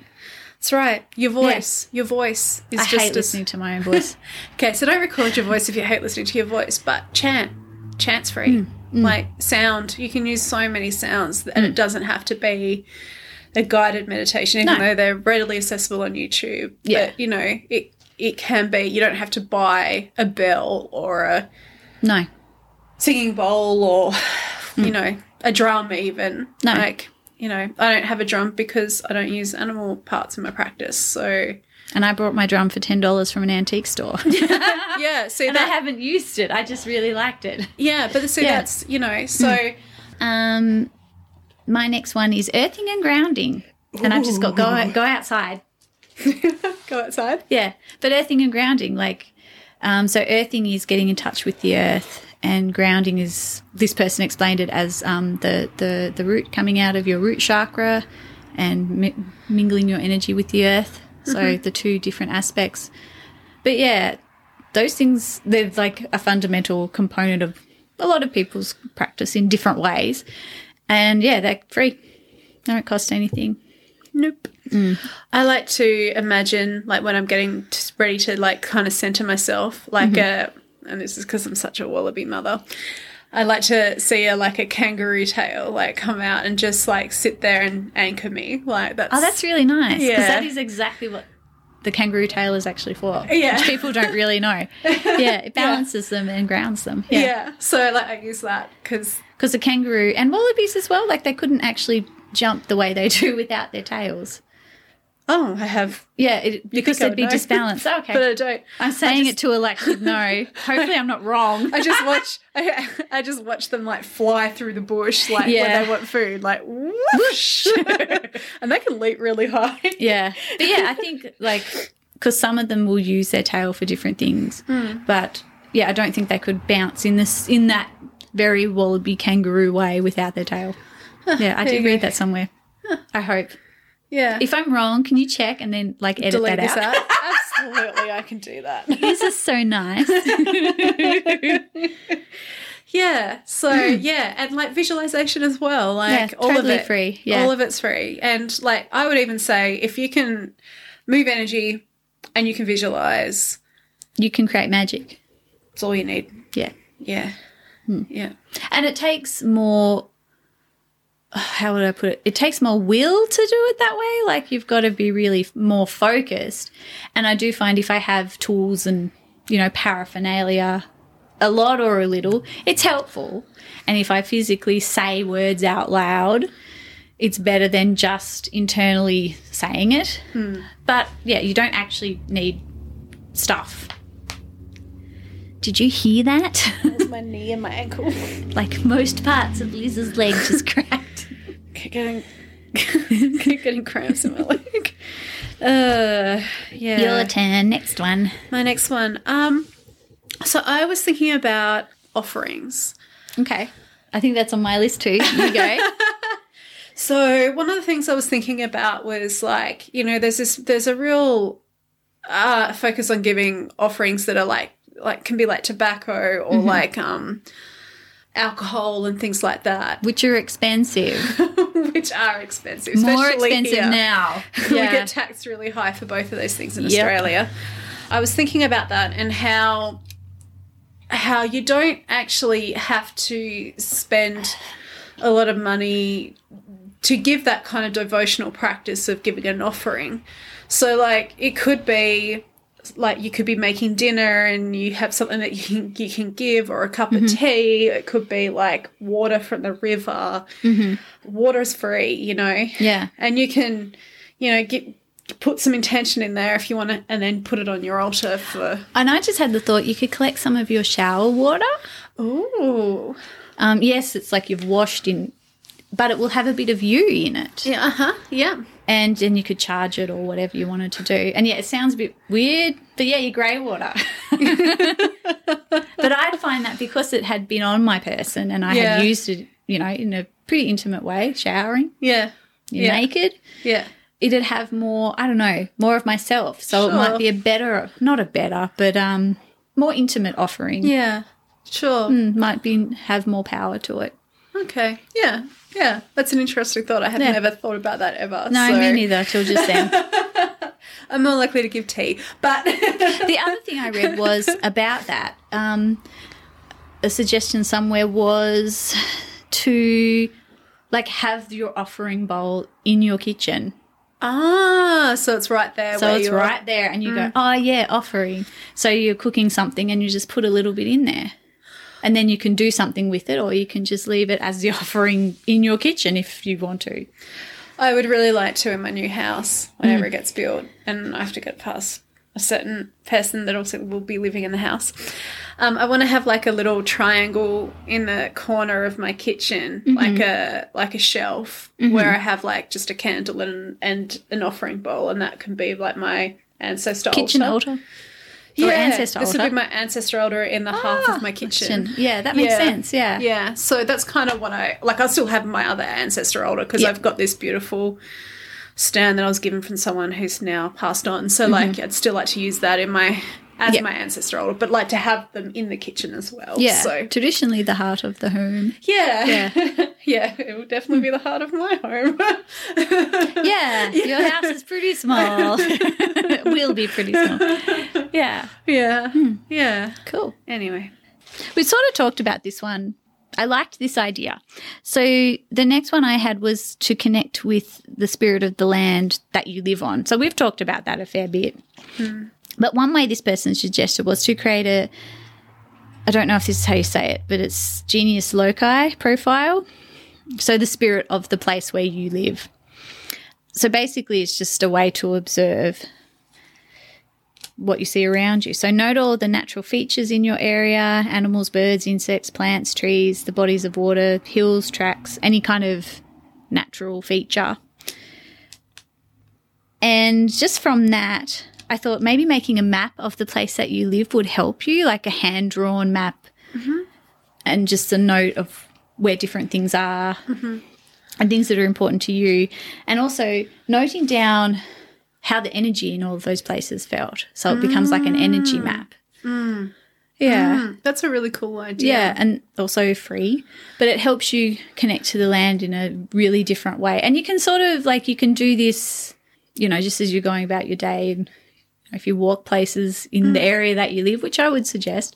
That's right. Your voice. Your voice is
I
just
hate
as-
listening to my own voice. [LAUGHS]
Okay, so don't record your voice if you hate listening to your voice, but chant, chant's free.
Mm,
Like sound, you can use so many sounds, and
Mm.
it doesn't have to be a guided meditation, even
No.
though they're readily accessible on YouTube.
Yeah.
but, you know it. It can be. You don't have to buy a bell or a
no.
singing bowl or [SIGHS] you know a drum even
Mm. No.
like you know i don't have a drum because i don't use animal parts in my practice
[LAUGHS]
so
And I bought my drum for $10 from an antique store.
yeah so
and [LAUGHS] I haven't used it. I just really liked it.
Yeah, but so
Yeah. Mm.
that's you know so
Um, my next one is earthing and grounding. And I've just got go, go outside.
[LAUGHS] go outside.
Yeah, but earthing and grounding, like, um, so earthing is getting in touch with the earth, and grounding is this person explained it as um, the the the root coming out of your root chakra and mi- mingling your energy with the earth. So the two different aspects, but yeah, those things they're like a fundamental component of a lot of people's practice in different ways, and yeah, they're free. They don't cost anything.
Nope.
Mm.
I like to imagine like when I'm getting t- ready to like kind of center myself, like
Mm-hmm.
a and this is because I'm such a wallaby mother. I like to see a like a kangaroo tail like come out and just like sit there and anchor me. Like that's
Oh, that's really nice. Because
Yeah.
that is exactly what the kangaroo tail is actually for.
Yeah.
Which [LAUGHS] people don't really [LAUGHS] know. Yeah, it balances them and grounds them.
yeah.
Yeah.
So like I use that because
Because the kangaroo and wallabies as well, like they couldn't actually jump the way they do [LAUGHS] without their tails.
oh I have
Yeah, it, because
I
they'd
would
be [LAUGHS]
know.
disbalanced. Oh, okay.
but I don't.
I'm saying it to elected [LAUGHS] no. Hopefully I'm not wrong.
I
[LAUGHS]
just watch. I, I just watch them like fly through the bush, like
Yeah.
when they want food, like whoosh, [LAUGHS] and they can leap really high.
Yeah. But yeah, I
[LAUGHS]
think like because some of them will use their tail for different things,
Hmm.
but yeah, I don't think they could bounce in this in that very wallaby kangaroo way without their tail. Yeah, I
there
did
you
read
go.
that somewhere. I hope.
Yeah.
If I'm wrong, can you check and then like edit
Delete
that
this
out?
out. [LAUGHS] Absolutely, I can do that.
this is so nice.
[LAUGHS] Yeah. So yeah, and like visualization as well. Like
yeah,
all
totally
of it.
free. Yeah.
All of it's free. And like I would even say if you can move energy and you can visualize,
you can create magic.
it's all you need.
Yeah.
Yeah. Yeah.
And it takes more how would I put it? It takes more will to do it that way. Like you've got to be really f- more focused. And I do find if I have tools and, you know, paraphernalia, a lot or a little, it's helpful. And if I physically say words out loud, it's better than just internally saying it. But yeah, you don't actually need stuff. Did you hear that? [LAUGHS]
There's my knee and my [LAUGHS] ankle.
like most parts of Liz's leg just cracked.
keep [LAUGHS] getting keep getting cramps in my leg. [LAUGHS] Uh yeah.
Your turn, next one.
my next one. Um so I was thinking about offerings.
Okay. I think that's on my list too. You go.
So one of the things I was thinking about was like, you know, there's this there's a real uh focus on giving offerings that are like like can be like tobacco or
Mm-hmm.
like um alcohol and things like that [LAUGHS]
Which are expensive.
which are expensive
More
especially
expensive
here.
now.
[LAUGHS] we get taxed really high for both of those things in
Yep.
Australia. I was thinking about that and how how you don't actually have to spend a lot of money to give that kind of devotional practice of giving an offering. So like it could be like you could be making dinner and you have something that you can, you can give or a cup of tea it could be like water from the river water is free you know
yeah.
and you can you know get put some intention in there if you want to and then put it on your altar for
And I just had the thought you could collect some of your shower water.
ooh
Um, yes, it's like you've washed in, but it will have a bit of you in it.
yeah uh-huh yeah
And then you could charge it or whatever you wanted to do. And yeah, it sounds a bit weird, but yeah, your
[LAUGHS]
grey water. but I'd find that because it had been on my person and I
Yeah.
had used it, you know, in a pretty intimate way, showering,
yeah
you're
Yeah.
naked,
yeah
it'd have more, I don't know, more of myself. So it
Sure.
might be a better, not a better, but um, more intimate offering.
yeah sure
Mm, Might be have more power to it.
okay yeah yeah that's an interesting thought i had
Yeah.
never thought about that ever
No,
so
me neither. Till just then.
i'm more likely to give tea but [LAUGHS]
the other thing I read was about that. Um, a suggestion somewhere was to like have your offering bowl in your kitchen,
ah so it's right there
so
where
it's
you're- Mm.
right there, and you go, oh yeah, offering. So you're cooking something, and you just put a little bit in there, and then you can do something with it, or you can just leave it as the [LAUGHS] offering in your kitchen if you want to.
i would really like to in my new house
Hmm.
whenever it gets built and i have to get past a certain person that also will be living in the house. Um, I want to have like a little triangle in the corner of my kitchen,
Mm-hmm.
like a like a shelf where I have like just a candle and and an offering bowl, and that can be like my ancestor
Kitchen
altar.
altar, or ancestor
This
altar. Ah,
would be my ancestor altar in the hearth of my kitchen.
Kitchen. Yeah, that makes
Yeah.
sense. Yeah.
Yeah, so that's kind of what I like. I still have my other ancestor altar because
Yeah.
I've got this beautiful stand that I was given from someone who's now passed on. So like, I'd still like to use that in my as
Mm-hmm. Yeah.
my ancestor altar, but like to have them in the kitchen as well.
Yeah,
So
traditionally the heart of the home.
yeah, [LAUGHS] yeah, It will definitely be the heart of my home. [LAUGHS]
Yeah, your house is pretty small. [LAUGHS] it will be pretty small. Yeah,
yeah,
Hmm.
yeah.
cool.
Anyway,
We sort of talked about this one. I liked this idea. So the next one I had was to connect with the spirit of the land that you live on. So we've talked about that a fair bit. But one way this person suggested was to create a I don't know if this is how you say it, but it's genius loci profile. So the spirit of the place where you live. So basically it's just a way to observe what you see around you. So note all the natural features in your area animals, birds, insects, plants, trees, the bodies of water, hills, tracks, any kind of natural feature. And just from that, I thought maybe making a map of the place that you live would help you, like a hand drawn map and just a note of where different things are. and things that are important to you. And also noting down how the energy in all of those places felt. So it becomes like an energy map. Yeah.
Mm, that's a really cool idea.
Yeah, and also free, but it helps you connect to the land in a really different way. And you can sort of like you can do this, you know, just as you're going about your day, and if you walk places in the area that you live, which I would suggest,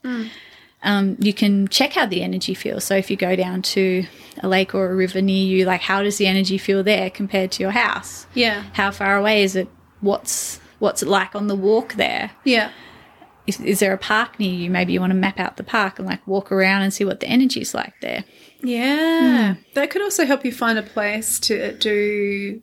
um, you can check how the energy feels. So if you go down to a lake or a river near you, like how does the energy feel there compared to your house?
Yeah.
How far away is it? What's what's it like on the walk there?
Yeah.
if, is there a park near you? Maybe you want to map out the park and like walk around and see what the energy's like there. Hmm.
Yeah. That could also help you find a place to do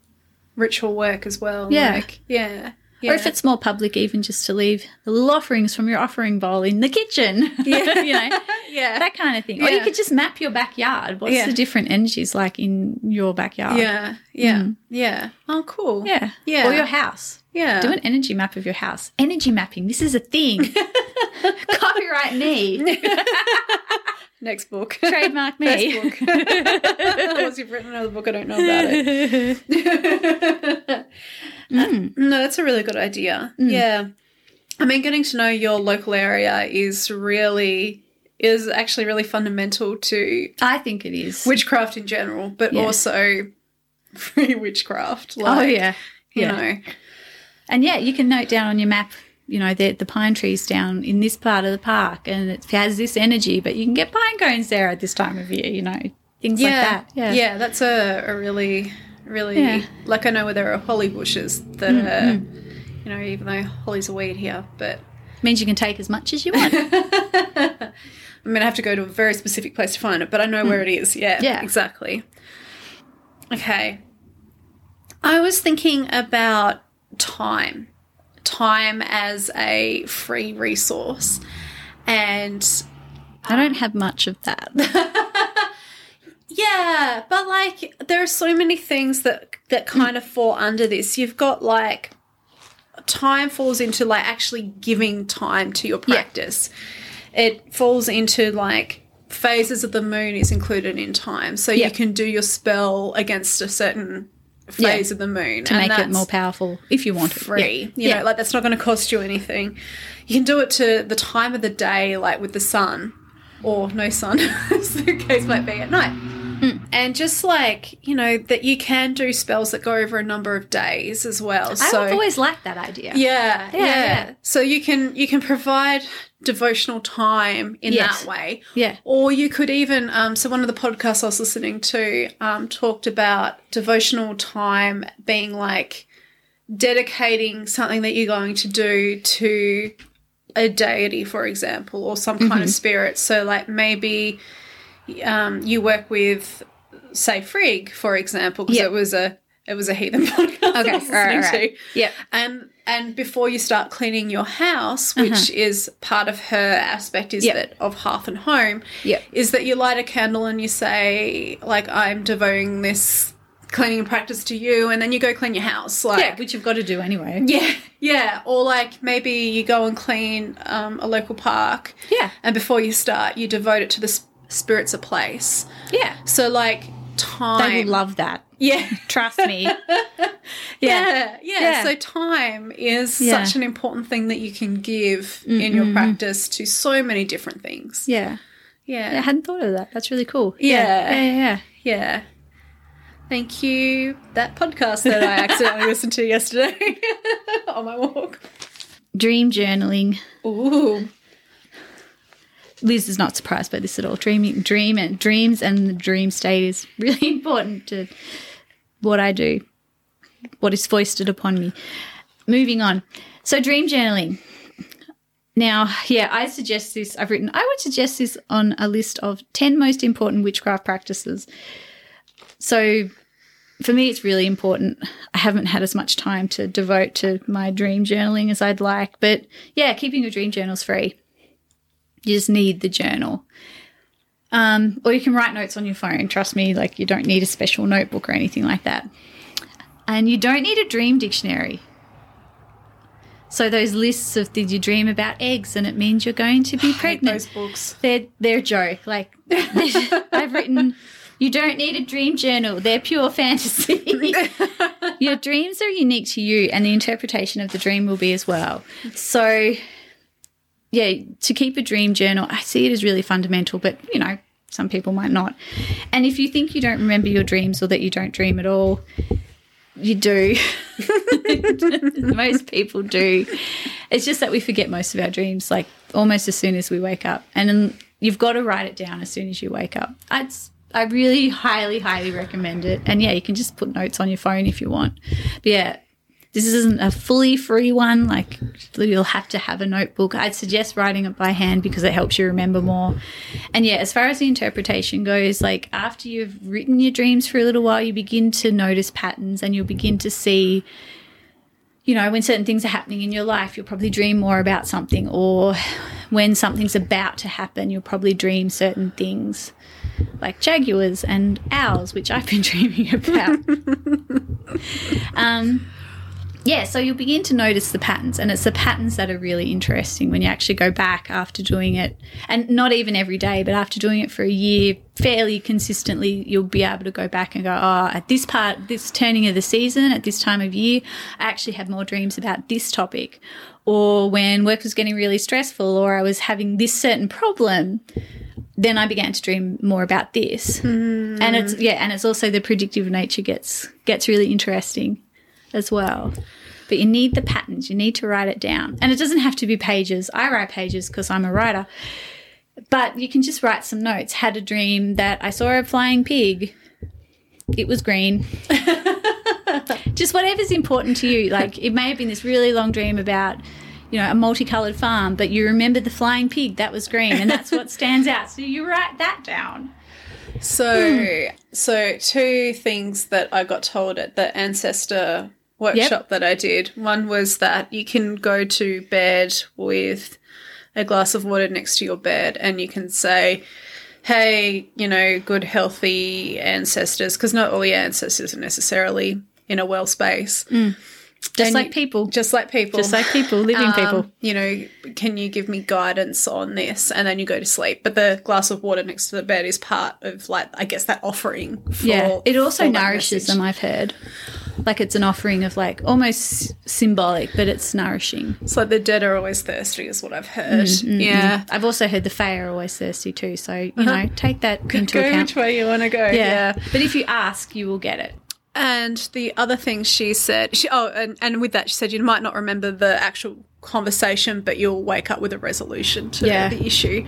ritual work as well.
Yeah.
Like, yeah. Yeah.
Or if it's more public, even just to leave the little offerings from your offering bowl in the kitchen. [LAUGHS]
Yeah.
you know,
yeah.
that kind of thing. Or you
Yeah.
could just map your backyard. What's
Yeah.
the different energies like in your backyard?
Yeah. Yeah. Yeah. Oh, cool.
Hmm. Yeah.
Yeah.
Or your house.
Yeah.
Do an energy map of your house. Energy mapping. This is a
[LAUGHS]
thing. Copyright me.
Next book.
Trademark me.
[LAUGHS] First book. Unless you've written another book, I don't know about it. [LAUGHS]
Hmm.
No, that's a really good idea. Yeah. I mean, getting to know your local area is really is actually really fundamental to
[LAUGHS] I think it is.
witchcraft in general, but
Yeah.
also [LAUGHS] free witchcraft.
oh
Like,
yeah.
you
yeah.
know,
And yeah, you can note down on your map, you know, the, the pine trees down in this part of the park and it has this energy, but you can get pine cones there at this time of year, you know, things like
yeah,
that. Yeah.
yeah, that's a, a really, really
Yeah. Mm,
like I know where there are holly bushes that are, you know, even though holly's a weed here, but
means you can take as much as you
[LAUGHS]
want.
I mean, I have to go to a very specific place to find it, but I know where it is. Yeah,
Mm. Yeah.
exactly. Okay. I was thinking about time, time as a free resource, and
I don't have much of that.
Yeah, but like there are so many things that that
Mm.
kind of fall under this. You've got like time falls into like actually giving time to your practice. It falls into like phases of the moon is included in time. So
Yeah.
you can do your spell against a certain phase of the moon [LAUGHS]
to make it more powerful if you want it.
free. You
Yeah.
know, like that's not going to cost you anything. You can do it to the time of the day, like with the sun or no sun, [LAUGHS] as the case might be at night.
Hmm.
And just like, you know, that you can do spells that go over a number of days as well.
Yeah.
so
I've always liked that idea.
yeah, yeah,
yeah.
So you can you can provide devotional time in
Yes.
that way.
Yeah.
Or you could even, um, so one of the podcasts I was listening to um, talked about devotional time being like dedicating something that you're going to do to a deity, for example, or some
Mm-hmm.
kind of spirit. So, like maybe um, you work with, say, Frigg, for example, because
Yeah.
it was a it was a heathen [LAUGHS] podcast. I
Okay.
was
All right. all
listening
right.
to.
Yep.
Um, and before you start cleaning your house, which is part of her aspect, is
Uh-huh. Yep.
that of hearth and home,
Yep.
is that you light a candle and you say, like, I'm devoting this cleaning practice to you, and then you go clean your house. Like,
Yeah, which you've got to do anyway.
yeah, yeah. Or like maybe you go and clean um, a local park,
Yeah.
and before you start, you devote it to the s- spirits of place.
Yeah.
So like time,
They would love that.
yeah. [LAUGHS]
Trust me.
Yeah, yeah.
Yeah.
So time is
Yeah.
such an important thing that you can give in your practice to so many different things.
Yeah. I
Yeah.
hadn't thought of that. That's really cool.
Yeah.
Yeah. Yeah. yeah.
Yeah. Thank you. That podcast that I [LAUGHS] accidentally listened to yesterday on my walk.
Dream journaling.
Ooh.
Liz is not surprised by this at all. Dreaming, dream, and dreams, and the dream state is [LAUGHS] really important to what I do, what is foisted upon me. Moving on, so dream journaling. Now, yeah, I suggest this. I've written. I would suggest this on a list of ten most important witchcraft practices. So, for me, it's really important. I haven't had as much time to devote to my dream journaling as I'd like, but yeah, keeping your dream journals free. You just need the journal. Um, or you can write notes on your phone. Trust me, like you don't need a special notebook or anything like that. And you don't need a dream dictionary. So those lists of did you dream about eggs and it means you're going to be pregnant
Those books.
they're they're a joke. Like [LAUGHS] I've written You don't need a dream journal. They're pure fantasy. Your dreams are unique to you, and the interpretation of the dream will be as well. So, yeah, to keep a dream journal, I see it as really fundamental, but you know, some people might not. And if you think you don't remember your dreams or that you don't dream at all, you do. [LAUGHS] most people do. It's just that we forget most of our dreams, like almost as soon as we wake up. And then you've got to write it down as soon as you wake up. That's I really highly, highly recommend it. And yeah, you can just put notes on your phone if you want. But yeah, this isn't a fully free one. Like you'll have to have a notebook. I'd suggest writing it by hand because it helps you remember more. And yeah, as far as the interpretation goes, like after you've written your dreams for a little while, you begin to notice patterns and you'll begin to see you know, when certain things are happening in your life, you'll probably dream more about something, or when something's about to happen, you'll probably dream certain things like jaguars and owls, which I've been [LAUGHS] dreaming about. um, yeah, so you'll begin to notice the patterns, and it's the patterns that are really interesting when you actually go back after doing it, and not even every day, but after doing it for a year fairly consistently, you'll be able to go back and go, oh, at this part, this turning of the season, at this time of year, I actually had more dreams about this topic, or when work was getting really stressful, or I was having this certain problem. Then I began to dream more about this, and it's yeah, and it's also the predictive nature gets gets really interesting as well. But you need the patterns, you need to write it down. And it doesn't have to be pages. I write pages because I'm a writer. But you can just write some notes. Had a dream that I saw a flying pig. It was
[LAUGHS]
green. just whatever's important to you. Like it may have been this really long dream about, you know, a multicolored farm, but you remember the flying pig that was green and that's what stands out. So you write that down.
So, so two things that I got told at the ancestor workshop that I did. One was that you can go to bed with a glass of water next to your bed, and you can say, "Hey, you know, good healthy ancestors," because not all your ancestors are necessarily in a well space.
Just
And
like
you-
people. Just,
Just like people,
like people, living people.
um, you know, can you give me guidance on this? And then you go to sleep. But the glass of water next to the bed is part of, like, I guess that offering. For,
yeah it also
for that
nourishes
message.
them i've heard like it's an offering of like almost symbolic but it's nourishing
It's like the dead are always thirsty, is what I've heard.
Mm,
yeah.
i've also heard the fae are always thirsty too so you know take that into
Go
account
which way you want to go.
yeah. but if you ask you will get it
And the other thing she said, she, oh, and, and with that, she said you might not remember the actual conversation, but you'll wake up with a resolution to
Yeah.
the issue.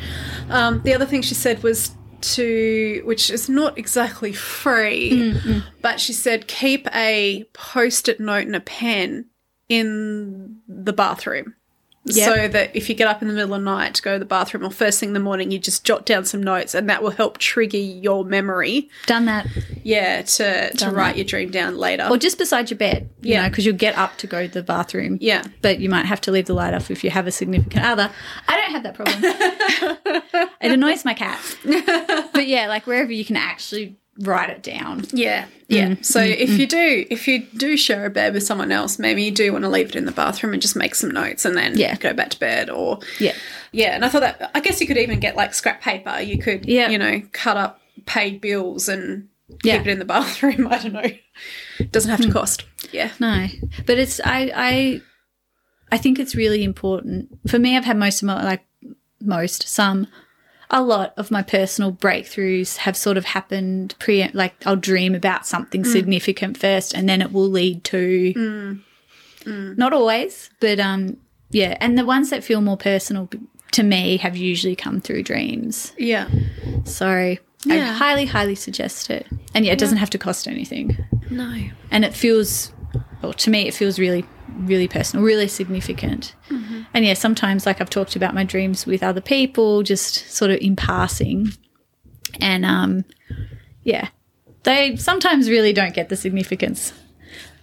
Um, the other thing she said was to, which is not exactly free, but she said keep a post it note and a pen in the bathroom.
Yep.
So that if you get up in the middle of the night to go to the bathroom or first thing in the morning, you just jot down some notes and that will help trigger your memory
done that
yeah, to to
Done
write your dream down later.
or just beside your bed you
Yeah.
know because you'll get up to go to the bathroom
yeah.
but you might have to leave the light off if you have a significant other. I don't have that problem. it annoys my cat. but yeah, like wherever you can actually write it down.
Yeah. Yeah. so if you do if you do share a bed with someone else, maybe you do want to leave it in the bathroom and just make some notes and then
Yeah.
go back to bed or
Yeah.
Yeah, and I thought that I guess you could even get like scrap paper. You could
Yeah.
you know, cut up paid bills and
Yeah.
keep it in the [LAUGHS] bathroom. I don't know. Doesn't have to cost. Yeah.
No, but it's I I I think it's really important for me. I've had most of my like most some a lot of my personal breakthroughs have sort of happened pre like I'll dream about something significant first, and then it will lead to not always, but um yeah, and the ones that feel more personal b- to me have usually come through dreams.
Yeah.
So I
Yeah.
highly highly suggest it, and yeah, it doesn't have to cost anything
No.
and it feels well to me it feels really really personal really significant and yeah sometimes like i've talked about my dreams with other people just sort of in passing and um yeah they sometimes really don't get the significance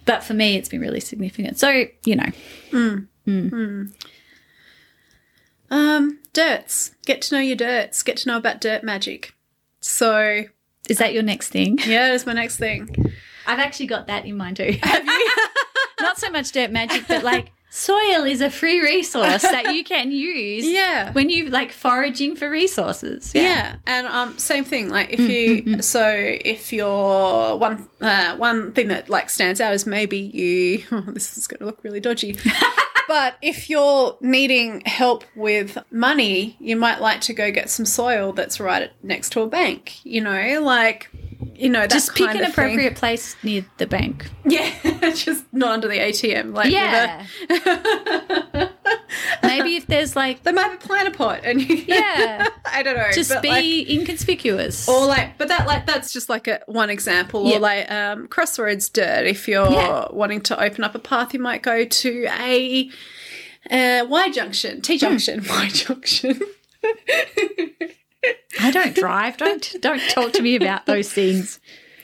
but for me it's been really significant so you know
Um, dirts. Get to know your dirts. Get to know about dirt magic. So
is that your next thing
yeah, that's my next thing.
[LAUGHS] i've actually got that in mind too have you not so much dirt magic but like Soil is a free resource that you can use
Yeah.
when you like foraging for resources.
Yeah. and um, same thing. Like
Mm,
if you, so if you're one, uh, one thing that like stands out is maybe you. [LAUGHS] oh, this is going to look really
[LAUGHS]
dodgy, but if you're needing help with money, you might like to go get some soil that's right next to a bank. You know, like you know, that
Just pick
kind
an
of thing.
appropriate place near the bank.
[LAUGHS] Yeah, just not under the ATM. Like with a-
Yeah.
[LAUGHS]
Maybe if there's like,
they might have a planter pot, and you,
yeah,
[LAUGHS] I don't know.
just
but,
be
like-
inconspicuous.
Or like, but that like that's just like a one example.
Yeah.
Or like um, crossroads dirt. If you're
Yeah.
wanting to open up a path, you might go to a uh, Y junction,
Hmm.
T junction, [LAUGHS] Y junction.
I don't drive. Don't don't talk to me about those
[LAUGHS]
things.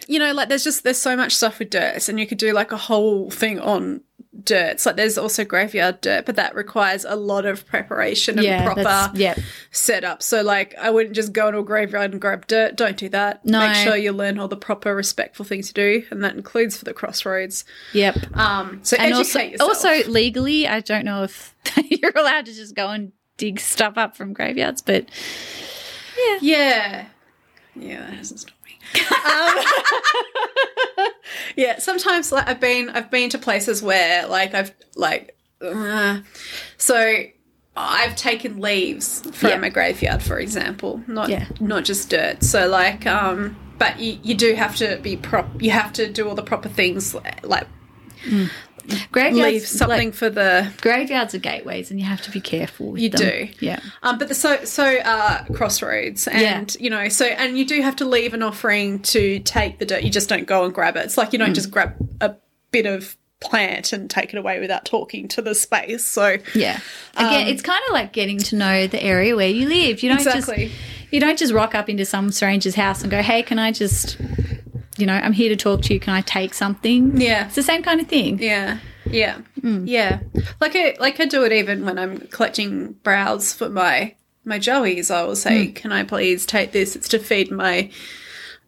you know, like there's just there's so much stuff with dirts, and you could do like a whole thing on dirts. Like there's also graveyard dirt, but that requires a lot of preparation and
Yeah,
proper
that's, yeah.
setup. So like I wouldn't just go into a graveyard and grab dirt. Don't do that.
No.
Make sure you learn all the proper respectful things to do, and that includes for the crossroads.
Yep.
Um, so
and
educate yourself.
also, also legally, I don't know if [LAUGHS] you're allowed to just go and dig stuff up from graveyards, but
yeah, yeah, that hasn't stopped me. um, [LAUGHS] yeah, sometimes like I've been I've been to places where like I've like uh, so I've taken leaves from
Yeah.
a graveyard, for example, not
Yeah.
not just dirt. So like um, but you, you do have to be prop. You have to do all the proper things like
graveyards
leave something
like,
for the
graveyards are gateways, and you have to be careful. With
You
them.
do.
yeah.
Um, but the, so so uh, crossroads, and you know, so and you do have to leave an offering to take the dirt. You just don't go and grab it. It's like you don't just grab a bit of plant and take it away without talking to the space. So
Yeah. Again,
Um,
it's kind of like getting to know the area where you live. You don't
Exactly.
just you don't just rock up into some stranger's house and go, "Hey, can I just you know, I'm here to talk to you. Can I take something?"
Yeah.
It's the same kind of thing.
yeah, yeah,
Hmm.
yeah. Like I like I do it even when I'm collecting browse for my my joeys. I will
Hmm.
say, "Can I please take this? It's to feed my."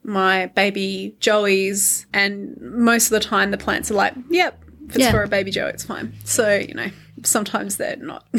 My baby joeys, and most of the time the plants are like, "Yep, if it's
Yeah.
for a baby joe, it's fine." So you know, sometimes they're not. [LAUGHS]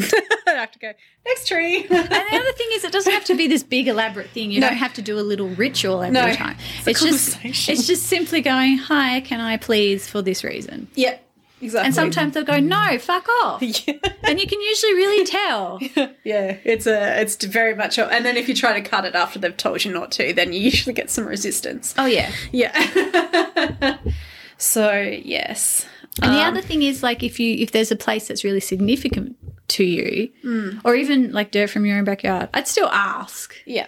I have to go next tree. [LAUGHS]
And the other thing is, it doesn't have to be this big elaborate thing. You
No.
don't have to do a little ritual every
No.
time.
It's a
It's, just
conversation.
it's just simply going, "Hi, can I please for this reason?"
yep, exactly.
And sometimes they'll go, "No, fuck off," and you can usually really tell.
[LAUGHS] [LAUGHS] yeah, it's a it's very much. A, and then if you try to cut it after they've told you not to, then you usually get some resistance.
Oh yeah.
Yeah. [LAUGHS] so yes.
And the
Um,
other thing is like if you if there's a place that's really significant to you,
Hmm.
or even like dirt from your own backyard, I'd still ask.
Yeah.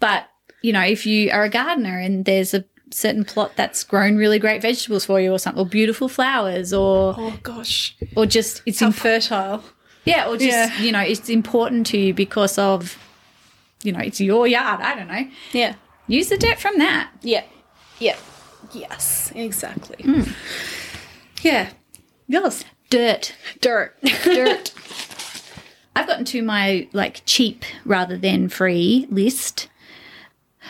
But you know, if you are a gardener and there's a certain plot that's grown really great vegetables for you, or something, or beautiful flowers, or
Oh gosh.
or just it's
How
imp-
fertile.
yeah, or just
Yeah.
you know it's important to you because of you know it's your yard. I don't know.
Yeah.
Use the dirt from that.
Yeah. Yeah. Yes. Exactly. Yeah. Yes.
Dirt,
Dirt. [LAUGHS]
dirt. I've gotten to my like cheap rather than free list.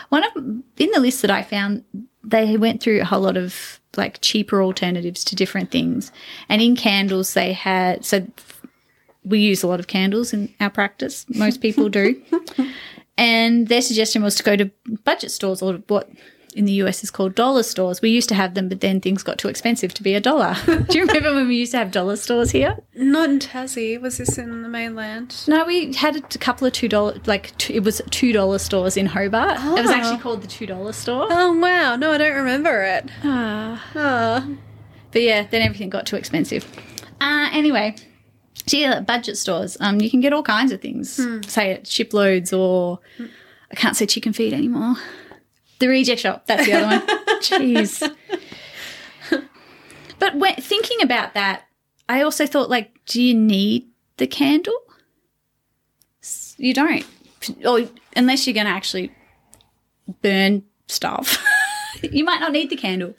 One of in the list that I found, they went through a whole lot of like cheaper alternatives to different things. And in candles, they had so we use a lot of candles in our practice. Most people do. and their suggestion was to go to budget stores or what in the US is called dollar stores. We used to have them, but then things got too expensive to be a dollar. [LAUGHS] do you remember when we used to have dollar stores here?
Not in Tassie. Was this in the mainland?
No, we had a couple of two dollar, like t- it was two dollar stores in Hobart. It was
Oh.
actually called the two dollar store.
Oh wow. No, I don't remember it. Ah.
But yeah, then everything got too expensive. Uh, anyway, so yeah, budget stores. Um, you can get all kinds of things. Say it shiploads, or I can't say chicken feed anymore. The reject shop. That's the other one. Jeez. But when, thinking about that, I also thought like, do you need the candle? S- You don't, or unless you're going to actually burn stuff, [LAUGHS] you might not need the candle.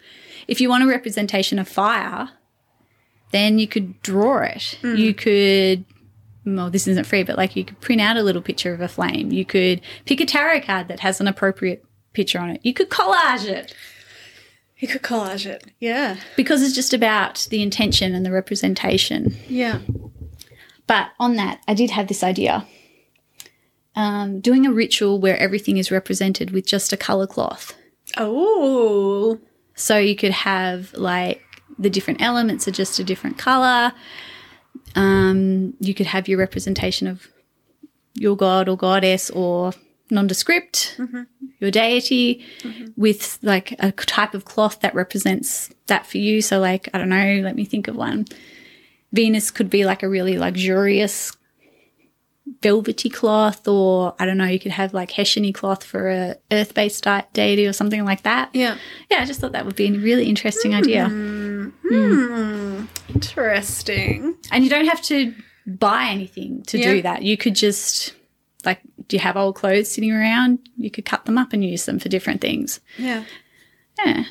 If you want a representation of fire, then you could draw it. You could, well, this isn't free, but like you could print out a little picture of a flame. You could pick a tarot card that has an appropriate picture on it. You could collage it
You could collage it. Yeah.
because it's just about the intention and the representation.
Yeah.
But on that, I did have this idea um, doing a ritual where everything is represented with just a color cloth.
Oh,
So you could have like the different elements are just a different color. Um, you could have your representation of your god or goddess or nondescript, your deity, with like a type of cloth that represents that for you. So, like, I don't know, let me think of one. Venus could be like a really luxurious velvety cloth, or I don't know, you could have like Hessiany cloth for a earth based deity or something like that.
yeah.
Yeah, I just thought that would be a really interesting
Mm.
idea.
Hmm. Interesting.
And you don't have to buy anything to
Yeah.
do that. You could just, like, do you have old clothes sitting around? You could cut them up and use them for different things.
Yeah.
Yeah.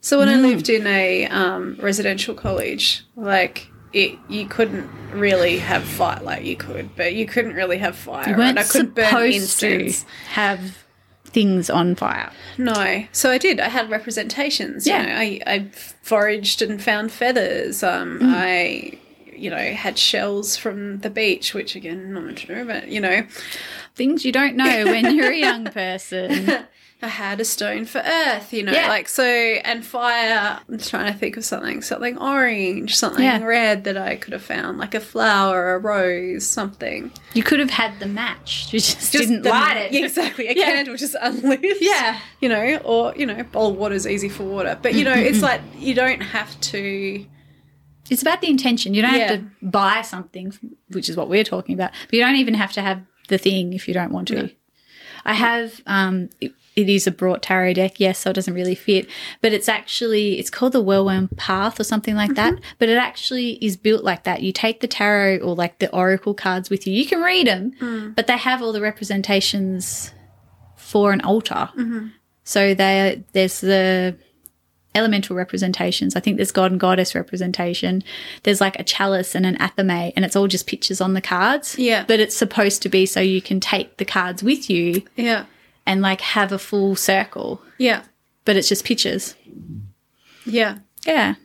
So when I lived in a um, residential college, like it, you couldn't really have fire. Like you could, but you couldn't really have fire.
You
right?
weren't
I could burn
supposed to
incense.
have things on fire.
No, so I did. I had representations.
Yeah.
you know, I, I foraged and found feathers. Um,
Mm.
I, you know, had shells from the beach, which again, not much to do, but you know,
Things you don't know when you're
[LAUGHS]
a young person.
I had a stone for earth. You know,
Yeah.
like so, and fire. I'm trying to think of something, something orange, something
Yeah.
red that I could have found, like a flower, a rose, something.
You could have had the match. You just, didn't
the-
light it.
Yeah, exactly. A
Yeah.
candle just unloosed.
Yeah.
You know, or, you know, bowl water's easy for water. But, you know, it's like you don't have to.
It's about the intention. You don't
Yeah.
have to buy something, which is what we're talking about. But you don't even have to have the thing if you don't want to. I have. Um, it, it is a brought tarot deck, yes, so it doesn't really fit. But it's actually it's called the Whirlwind Path or something like that. But it actually is built like that. You take the tarot or like the oracle cards with you. You can read them, but they have all the representations for an altar.
Mm-hmm.
So they there's the elemental representations. I think there's god and goddess representation. There's like a chalice and an athame, and it's all just pictures on the cards.
Yeah.
But it's supposed to be so you can take the cards with you
Yeah.
and like have a full circle,
Yeah.
but it's just pictures.
Yeah.
Yeah.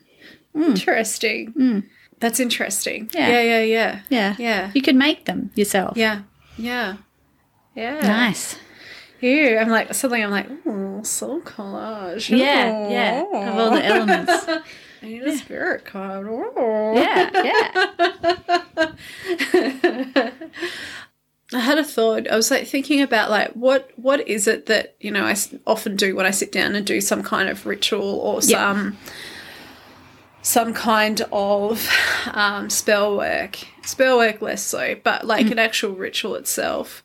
Interesting. That's interesting.
Hmm. Yeah.
Yeah. Yeah. Yeah.
Yeah.
Yeah.
You could make them yourself.
Yeah. Yeah. Yeah.
Nice.
Ew, I'm like, suddenly I'm like, oh, soul collage.
Yeah. Yeah.
Ooh.
Of
[LAUGHS]
all the elements.
I need a spirit card. Ooh.
yeah. Yeah.
I had a thought. I was like thinking about like what what is it that you know I s- often do when I sit down and do some kind of ritual or
Yeah.
some some kind of um, spell work. Spell work less so, but like an actual ritual itself.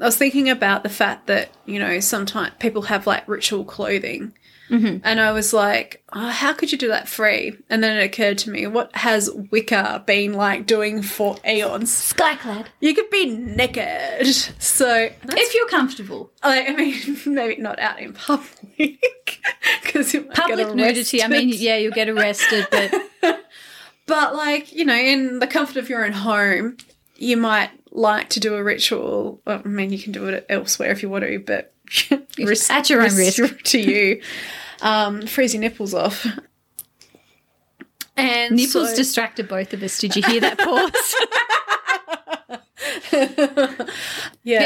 I was thinking about the fact that you know sometimes people have like ritual clothing. And I was like, oh, how could you do that free? And then it occurred to me, what has Wicca been like doing for aeons?
Skyclad.
You could be naked. So,
If you're comfortable.
I I mean, [LAUGHS] maybe not out in public [LAUGHS] because
Public nudity. I mean, yeah, you'll get arrested, but
but like you know, in the comfort of your own home, you might like to do a ritual. Well, I mean, you can do it elsewhere if you want to, but [LAUGHS] risk-
at your own risk.
to you. Um, freeze your nipples off. And
Nipples
so-
distracted both of us. Did you hear that
[LAUGHS]
pause? yeah,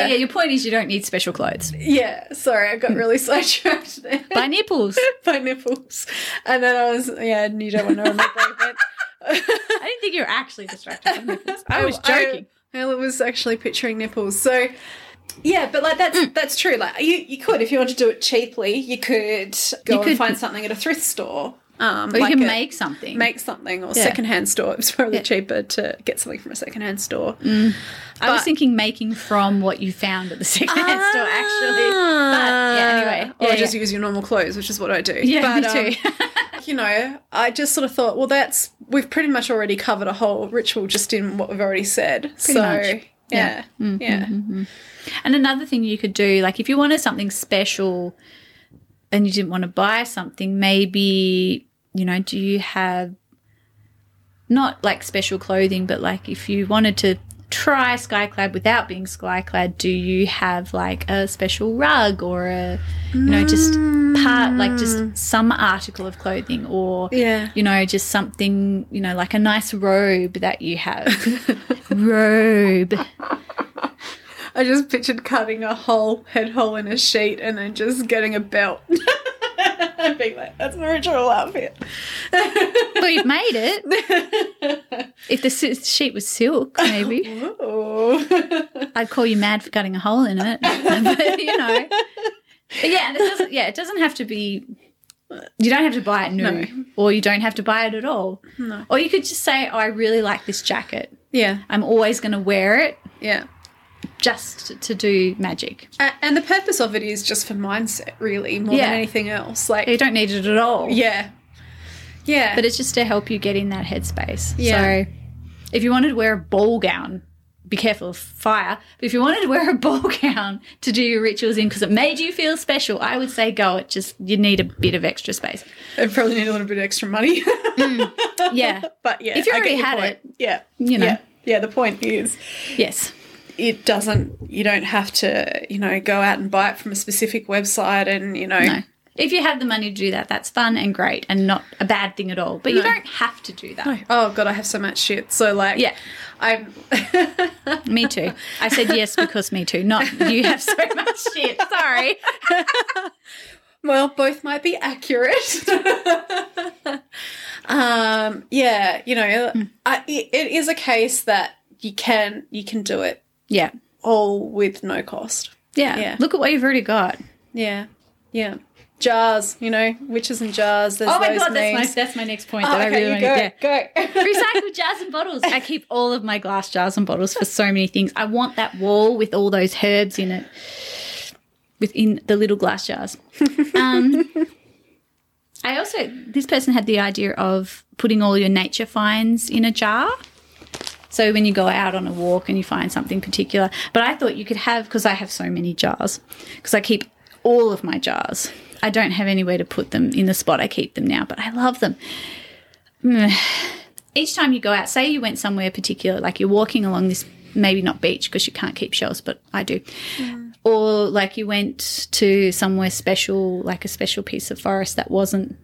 yeah, your point is you don't need special clothes.
Yeah, sorry, I got really [LAUGHS] sidetracked there
By
[LAUGHS]
nipples.
by nipples. And then I was, yeah, you don't want to remember that.
I didn't think you were actually distracted by nipples. I
[LAUGHS]
was
Oh, I-
joking.
I, was actually picturing nipples. So, yeah, but like that's
Mm.
that's true. Like you, you could if you want to do it cheaply, you could go
You
and
could-
find something at a thrift store. Um,
Or you
like
can
a-
make something.
make something or
Yeah.
secondhand store. It's probably cheaper to get something from a secondhand store.
Mm.
[LAUGHS]
I was
but-
thinking making from what you found at the secondhand [LAUGHS] store, actually.
Ah.
But yeah, anyway.
or
Ah, Yeah,
just
yeah.
use your normal clothes, which is what I do.
Yeah,
But, um,
me too.
[LAUGHS] you know, I just sort of thought, well, that's we've pretty much already covered a whole ritual just in what we've already said. so
much. Mm,
yeah, yeah,
and another thing you could do, like if you wanted something special and you didn't want to buy something, maybe, you know, do you have not like special clothing, but like if you wanted to try Skyclad without being Skyclad, do you have like a special rug or a you know, just part, like just some article of clothing or,
Yeah.
you know, just something, you know, like a nice robe that you have.
[LAUGHS]
mm. [LAUGHS] robe.
I just pictured cutting a hole, head hole in a sheet, and then just getting a belt. [LAUGHS] and being like, that's my original outfit.
Well, you've made it.
[LAUGHS]
if the si- sheet was silk, maybe.
Ooh. [LAUGHS]
I'd call you mad for cutting a hole in it. [LAUGHS] but, you know. But yeah, it doesn't, yeah, it doesn't have to be. You don't have to buy it new,
No.
or you don't have to buy it at all.
No.
Or you could just say, oh, "I really like this jacket.
yeah,
I'm always going to wear it
yeah.
just to do magic."
A- And the purpose of it is just for mindset, really, more
Yeah.
than anything else. Like,
You don't need it at all.
yeah, yeah,
But it's just to help you get in that headspace.
Yeah.
So if you wanted to wear a ball gown, be careful of fire. But if you wanted to wear a [LAUGHS] ball gown to do your rituals in because it made you feel special, I would say go. It just, you need a bit of extra [LAUGHS] space.
I probably need a little bit extra money. [LAUGHS]
Yeah.
but yeah,
If you
I get
already
your
had
point. yeah,
you know.
yeah, yeah. The point is,
yes.
it doesn't. You don't have to, you know, go out and buy it from a specific website, and you know,
No. If you have the money to do that, that's fun and great and not a bad thing at all. But you
No.
don't have to do that.
oh god, I have so much shit. So like,
Yeah.
I'm. [LAUGHS]
Me too. I said [LAUGHS] yes because me too. Not you have [LAUGHS] so much shit. [LAUGHS] Sorry.
Well, both might be accurate. [LAUGHS] um, yeah, you know,
Hmm.
I, it, it is a case that you can you can do it
Yeah.
all with no cost.
Yeah.
Yeah.
Look at what you've already got.
Yeah, yeah. Jars, you know, witches and jars. There's
Oh my
those
god, that's my
memes.
that's my next point
Oh,
that I
okay,
really
you
want
go,
to get. [LAUGHS]
go.
Recycled jars and bottles. I keep all of my glass jars and bottles for so many things. I want that wall with all those herbs in it, within the little glass [LAUGHS] jars. Um, I also this person had the idea of putting all your nature finds in a jar. So when you go out on a walk and you find something particular, but I thought you could have because I have so many jars because I keep all of my jars. I don't have anywhere to put them in the spot I keep them now, but I love them [SIGHS] each time you go out, say you went somewhere particular, like you're walking along this maybe not beach because you can't keep shells, but I do. Or like you went to somewhere special, like a special piece of forest that wasn't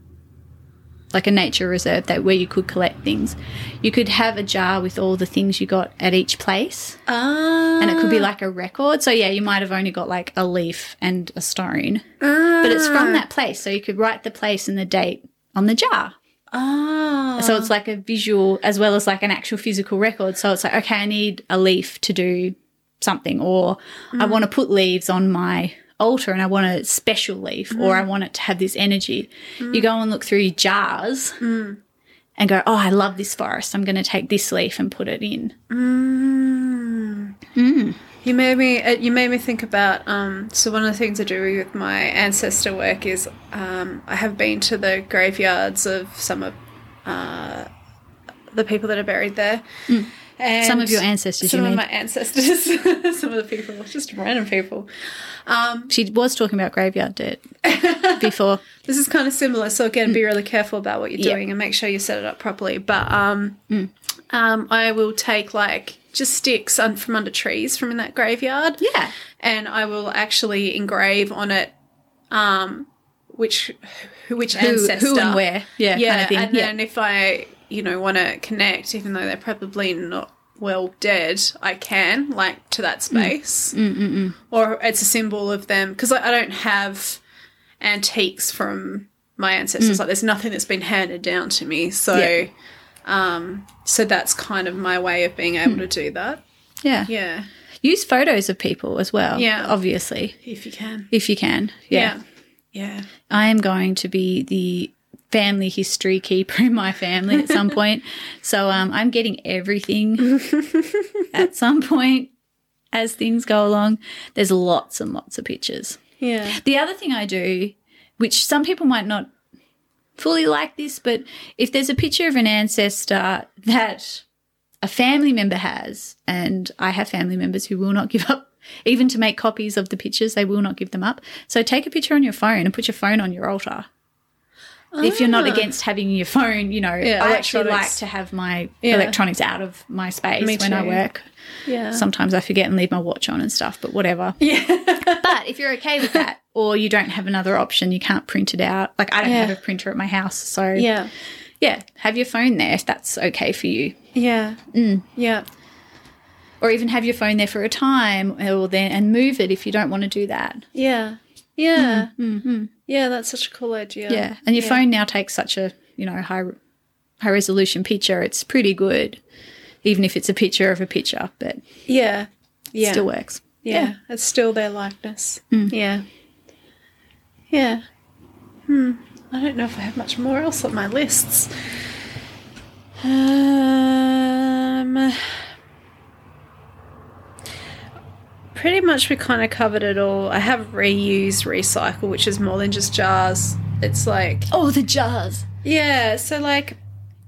like a nature reserve that where you could collect things. You could have a jar with all the things you got at each place
Ah,
and it could be like a record. So yeah, you might have only got like a leaf and a stone. But it's from that place, so you could write the place and the date on the jar.
ah,
So it's like a visual as well as like an actual physical record. So it's like, okay, I need a leaf to do something, or I
Mm.
want to put leaves on my altar and I want a special leaf,
Mm.
or I want it to have this energy. You go and look through your jars
Mm.
and go, oh, I love this forest. I'm going to take this leaf and put it in.
You made me. uh, You made me think about. Um, so one of the things I do with my ancestor work is um, I have been to the graveyards of some of uh, the people that are buried there. And
Mm. Some of your ancestors,
Some
you
of
mean.
my ancestors. [LAUGHS] some of the people, just random people.
She was talking about graveyard dirt
[LAUGHS]
before.
This is kind of similar. So again, be really careful about what you're
Mm. Yeah. Mm.
doing and make sure you set it up properly. But um, um, I will take like just sticks un- from under trees from in that graveyard.
Yeah.
and I will actually engrave on it um, which who- which
Who,
ancestor
who and where. Yeah.
yeah,
Kind of thing.
and
yeah.
then if I you know want to connect, even though they're probably not well dead, I can like to
Mm.
that space, or it's a symbol of them because I, I don't have antiques from my ancestors. Like there's nothing that's been handed down to me, so.
Mm. Yeah.
Um, so that's kind of my way of being able to
Mm.
do that.
yeah.
Yeah,
Use photos of people as well.
Yeah.
Obviously,
if you can.
if you can. yeah.
Yeah.
I am going to be the family history keeper in my family at some point. So um, I'm getting everything at some point as things go along. There's lots and lots of pictures.
Yeah. Yeah.
The other thing I do, which some people might not fully like this, but if there's a picture of an ancestor that a family member has, and I have family members who will not give up, even to make copies of the pictures, they will not give them up. So take a picture on your phone and put your phone on your altar. if you're not
Ah.
against having your phone, you know,
Yeah,
I actually like
electronics.
to have my
Yeah.
electronics out of my space
Me
when I
too.
work.
Yeah.
Uh-huh. Sometimes I forget and leave my watch on and stuff, but whatever.
[LAUGHS] yeah.
But if you're okay with that, or you don't have another option, you can't print it out. Like I don't
Yeah.
have a printer at my house, so
yeah.
yeah, have your phone there if that's okay for you,
Yeah.
Mm.
Yeah.
or even have your phone there for a time, or then and move it if you don't want to do that.
Yeah. Yeah. Mm-hmm. Yeah. That's such a cool idea.
Mm-hmm. Yeah, and your
Yeah.
phone now takes such a you know high high resolution picture. It's pretty good, even if it's a picture of a picture, but it
Yeah. Yeah.
still works.
yeah. Hmm. It's still their likeness. Yeah. Yeah. Hmm. I don't know if I have much more else on my lists. Um. Pretty much we kind of covered it all. I have reuse, recycle, which is more than just jars. It's like
Oh, the jars.
Yeah, so like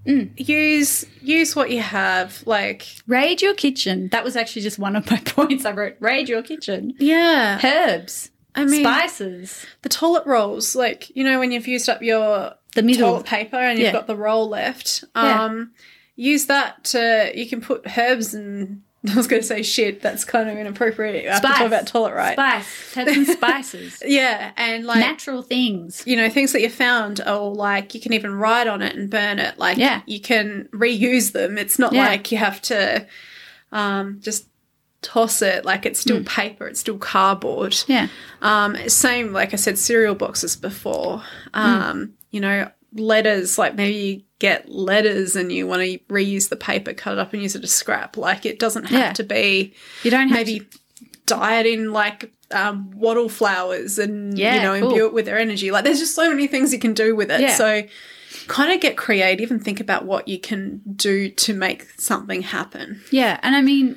Hmm. use use what you have. Like
Raid your kitchen. That was actually just one of my [LAUGHS] points. I wrote raid your kitchen.
yeah,
Herbs,
I mean
spices,
the toilet rolls. Like you know when you've used up your
the middle.
toilet paper and you've
Yeah.
got the roll left.
Yeah.
Um, use that to you can put herbs and [LAUGHS] I was going to say shit. That's kind of inappropriate after talking about toilet, right?
Spice, herbs [LAUGHS] and spices,
Yeah, and like.
natural things.
you know things that you found are like you can even write on it and burn it like
Yeah.
you can reuse them it's not
Yeah.
like you have to um, just toss it like it's
Hmm.
still paper it's still cardboard
Yeah,
um, same like i said cereal boxes before
Hmm.
um, you know letters like maybe you get letters and you want to reuse the paper cut it up and use it as scrap like it doesn't have
Yeah.
to be
you don't have
maybe
to-
diet in like um, waddle flowers and
Yeah,
you know
cool.
imbue it with their energy. Like there's just so many things you can do with it.
Yeah.
So kind of get creative and think about what you can do to make something happen.
Yeah, and I mean,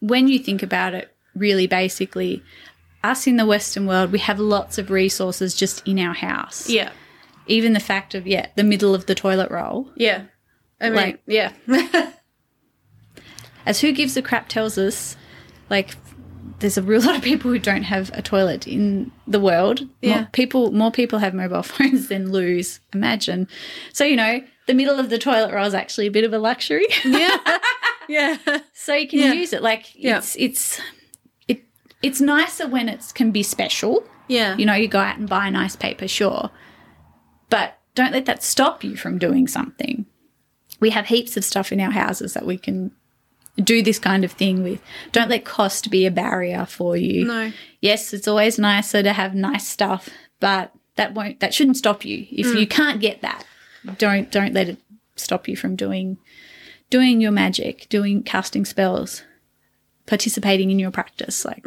when you think about it, really basically, us in the Western world, we have lots of resources just in our house.
Yeah,
Even the fact of, yeah, the middle of the toilet roll.
yeah. I mean,
Like-
yeah, [LAUGHS]
As Who Gives a Crap tells us, like, there's a real [LAUGHS] lot of people who don't have a toilet in the world.
Yeah.
More people, more people have mobile [LAUGHS] phones than loos, imagine. So, you know, the middle of the toilet roll is actually a bit of a luxury. [LAUGHS]
yeah, yeah,
so you can
Yeah.
use it. Like,
Yeah.
it's, it's, it, it's nicer when it can be special.
yeah,
you know, you go out and buy a nice paper, sure. But don't let that stop you from doing something. We have heaps of stuff in our houses that we can do this kind of thing with. Don't let cost be a barrier for you.
No.
Yes, it's always nicer to have nice stuff, but that won't that shouldn't stop you. If you can't get that, don't don't let it stop you from doing doing your magic, doing casting spells, participating in your practice. Like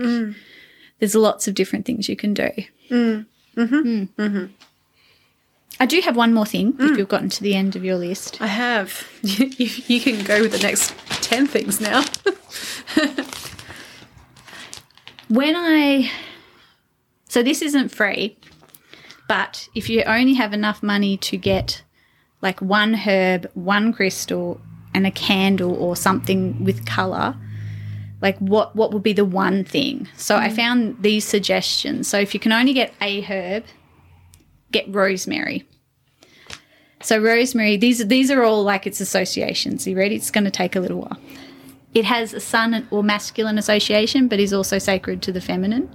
there's lots of different things you can do. Mm. I do have one more thing if you've gotten to the end of your list.
I have. [LAUGHS] You, you can go with the next ten things now.
When I so this isn't free, but if you only have enough money to get like one herb, one crystal, and a candle or something with color, like what what would be the one thing? So I found these suggestions. So if you can only get a herb, get rosemary. So rosemary, these these are all like its associations. You ready? It's going to take a little while. It has a sun or masculine association, but is also sacred to the feminine.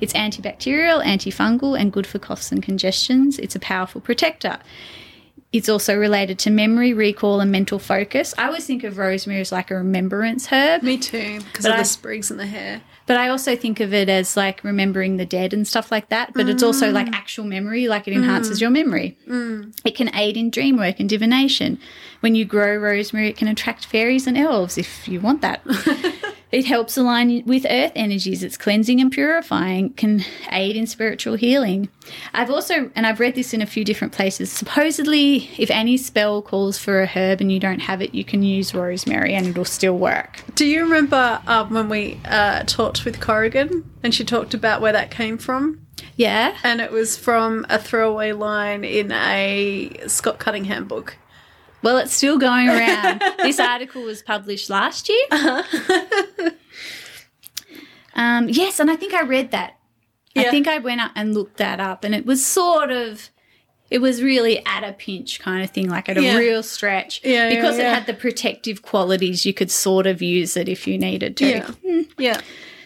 It's antibacterial, antifungal, and good for coughs and congestions. It's a powerful protector. It's also related to memory, recall, and mental focus. I always think of rosemary as like a remembrance herb.
Me too, because
But
of
I-
the sprigs and the hair.
But I also think of it as like remembering the dead and stuff like that. But it's also like actual memory, like it enhances your memory. It can aid in dream work and divination. When you grow rosemary, it can attract fairies and elves if you want that. it helps align with earth energies. It's cleansing and purifying, can aid in spiritual healing. I've also, and I've read this in a few different places, supposedly if any spell calls for a herb and you don't have it, you can use rosemary and it'll still work.
Do you remember um, when we uh, talked with Corrigan and she talked about where that came from?
Yeah.
and it was from a throwaway line in a Scott Cunningham book.
Well, it's still
[LAUGHS]
going around. this article was published last year.
Uh-huh.
um, yes, and I think I read that. I
Yeah.
think I went out and looked that up, and it was sort of it was really at a pinch kind of thing, like at
Yeah.
a real stretch.
Yeah, yeah,
because
yeah.
it had the protective qualities, you could sort of use it if you needed to.
Yeah. Yeah.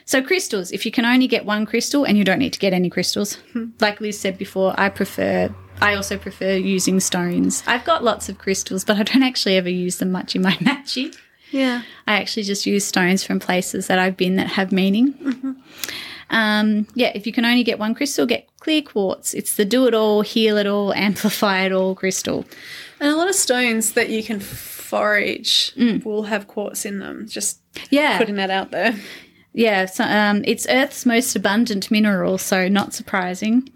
So crystals, if you can only get one crystal and you don't need to get any crystals. Like Liz said before, I prefer I also prefer using stones. I've got lots of crystals, but I don't actually ever use them much in my [LAUGHS] matching.
Yeah.
I actually just use stones from places that I've been that have meaning. Um, yeah, if you can only get one crystal, get clear quartz. It's the do it all, heal it all, [LAUGHS] amplify it all crystal.
And a lot of stones that you can forage will have quartz in them. Just
Yeah,
putting that out there.
Yeah, so, um, it's Earth's most abundant mineral, so not surprising.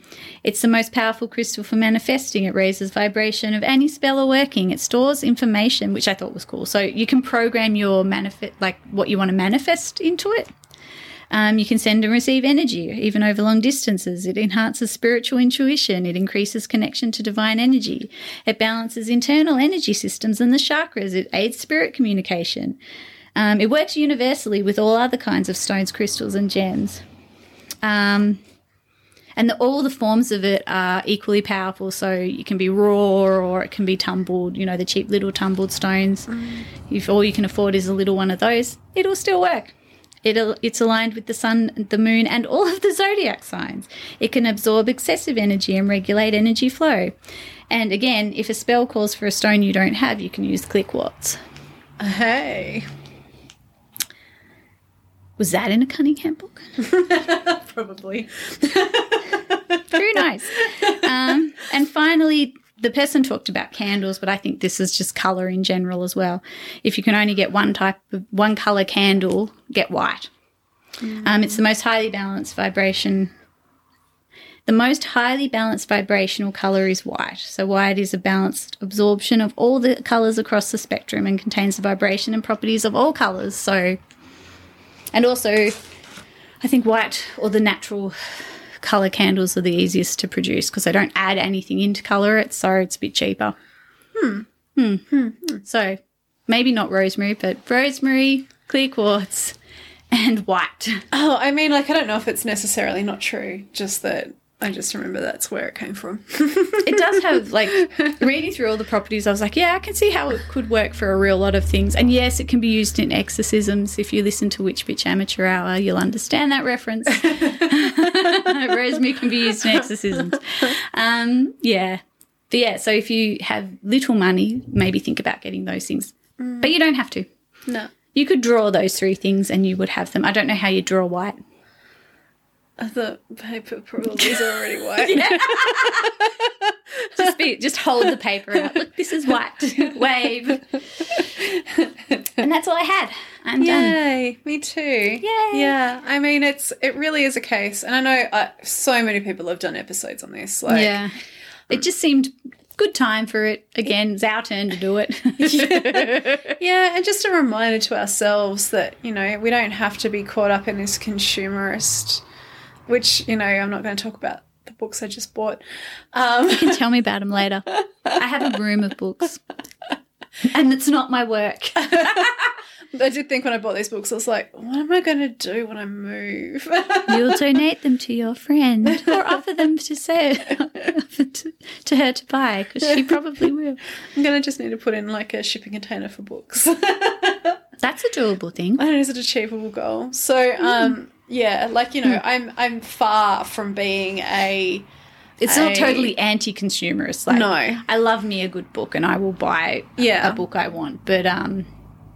It's the most powerful crystal for manifesting. It raises vibration of any spell or working. It stores information, which I thought was cool. So you can program your manifest, like what you want to manifest into it. Um, you can send and receive energy, even over long distances. It enhances spiritual intuition. It increases connection to divine energy. It balances internal energy systems and the chakras. It aids spirit communication. Um, it works universally with all other kinds of stones, crystals, and gems. Um, and the, all the forms of it are equally powerful. So it can be raw or it can be tumbled, you know, the cheap little tumbled stones. If all you can afford is a little one of those, it'll still work. It'll, it's aligned with the sun, the moon, and all of the zodiac signs. It can absorb excessive energy and regulate energy flow. And again, if a spell calls for a stone you don't have, you can use click watts.
Hey.
Was that in a Cunningham book?
Probably.
Very nice. Um, and finally, the person talked about candles, but I think this is just color in general as well. If you can only get one type of one color candle, get white. Um, it's the most highly balanced vibration. The most highly balanced vibrational color is white. So, white is a balanced absorption of all the colors across the spectrum and contains the vibration and properties of all colors. So, and also, I think white or the natural color candles are the easiest to produce because they don't add anything in to color it, so it's a bit cheaper. Hmm. Hmm. So maybe not rosemary, but rosemary, clear quartz, and white.
Oh, I mean, like, I don't know if it's necessarily not true, just that I just remember that's where it came from. [LAUGHS]
It does have like reading through all the properties. I was like, yeah, I can see how it could work for a real lot of things. And yes, it can be used in exorcisms. If you listen to Witch Bitch Amateur Hour, you'll understand that reference. [LAUGHS] Rosemary can be used in exorcisms. Um, yeah. But yeah, so if you have little money, maybe think about getting those things. But you don't have to.
no.
You could draw those three things and you would have them. I don't know how you draw white.
The paper probably is
[LAUGHS]
already white.
just be just hold the paper out. Look, this is white. [LAUGHS] Wave. and that's all I had. I'm done.
Yay, me too. Yay. Yeah, I mean it's it really is a case, and I know uh, so many people have done episodes on this. Like,
yeah. It just seemed good time for it. Again, it's our turn to do [LAUGHS] it.
Yeah, and just a reminder to ourselves that, you know, we don't have to be caught up in this consumerist, which, you know, I'm not going to talk about the books I just bought. Um,
you can tell me about them later. I have a room of books. And it's not my work.
I did think when I bought these books, I was like, what am I going to do when I move? [LAUGHS]
You'll donate them to your friend or offer them to say to, to her to buy because she probably will.
I'm going to just need to put in like a shipping container for books. I
That's a doable thing.
don't know, is it an achievable goal? So, um, yeah, like, you know, I'm, I'm far from being a,
It's not
I-
totally anti-consumerist. Like,
No.
I love me a good book, and I will buy
Yeah.
a book I want. But um,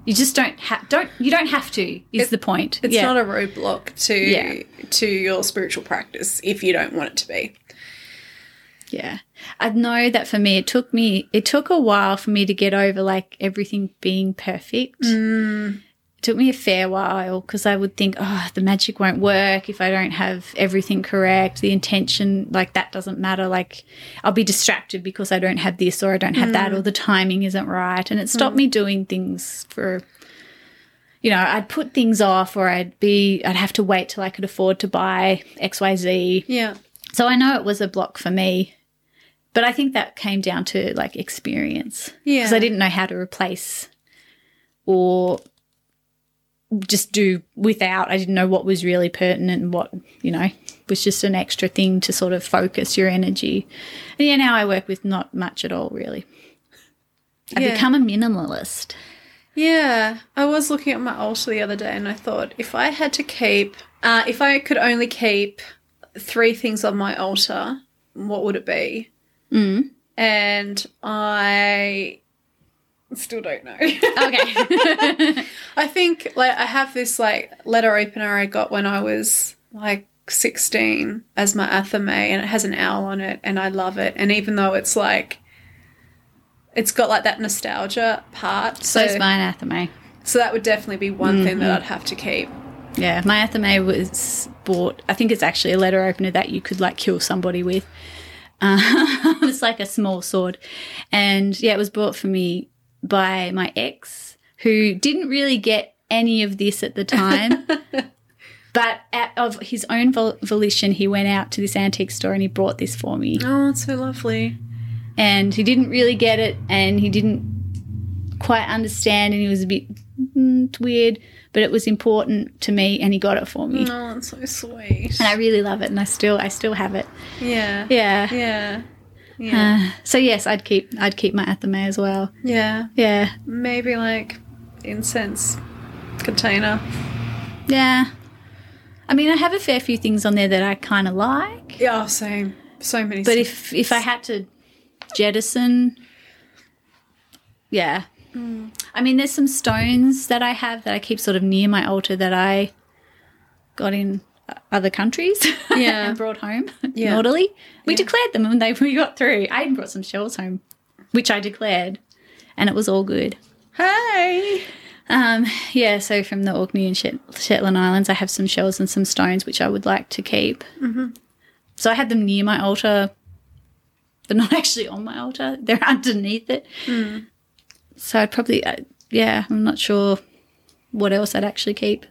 you just don't have don't you don't have to is the point.
it's not a roadblock to,
Yeah.
to your spiritual practice if you don't want it to be.
yeah. I know that for me, it took me it took a while for me to get over like everything being perfect. It took me a fair while because I would think, oh, the magic won't work if I don't have everything correct. The intention, like that, doesn't matter. Like I'll be distracted because I don't have this or I don't have that or the timing isn't right. And it stopped me doing things for, you know, I'd put things off or I'd be, I'd have to wait till I could afford to buy X, Y, Z.
Yeah.
So I know it was a block for me, but I think that came down to like experience.
Yeah.
Because I didn't know how to replace or just do without. I didn't know what was really pertinent and what, you know, was just an extra thing to sort of focus your energy. And yeah, now I work with not much at all, really. I've
Yeah.
become a minimalist.
Yeah, I was looking at my altar the other day and I thought if I had to keep, uh, if I could only keep three things on my altar, what would it be?
Mm.
And I still don't know.
Okay.
[LAUGHS] I think like I have this like letter opener I got when I was like 16 as my athame and it has an owl on it and I love it and even though it's like it's got like that nostalgia part
so is my anathema.
so that would definitely be one thing
Mm-hmm.
that I'd have to keep.
Yeah, my athame was bought. I think it's actually a letter opener that you could like kill somebody with. [LAUGHS] Uh, it's like a small sword, and yeah, it was bought for me by my ex, who didn't really get any of this at the time. But out of his own vol- volition, he went out to this antique store and he brought this for me.
Oh, it's so lovely.
And he didn't really get it, and he didn't quite understand, and he was a bit mm, weird. But it was important to me, and he got it for me
Oh, it's so sweet.
and I really love it, and I still I still have it.
Yeah.
Yeah.
Yeah. Yeah.
Uh, so yes, I'd keep I'd keep my athame as well.
yeah.
Yeah,
Maybe like incense container.
yeah. I mean, I have a fair few things on there that I kind of like,
Yeah, oh, same. So many.
but if if I had to jettison, yeah. I mean, there's some stones that I have that I keep sort of near my altar that I got in uh, other countries [LAUGHS]
Yeah.
and brought home
Yeah.
naughtily. We
Yeah.
declared them when they we got through. I even brought some shells home, which I declared, and it was all good.
hey.
Um, yeah, so from the Orkney and Shet- Shetland Islands, I have some shells and some stones which I would like to keep. Mm-hmm. So I had them near my altar. They're not [LAUGHS] actually on my altar; they're underneath it. Mm. So I'd probably, uh, yeah, I'm not sure what else I'd actually keep.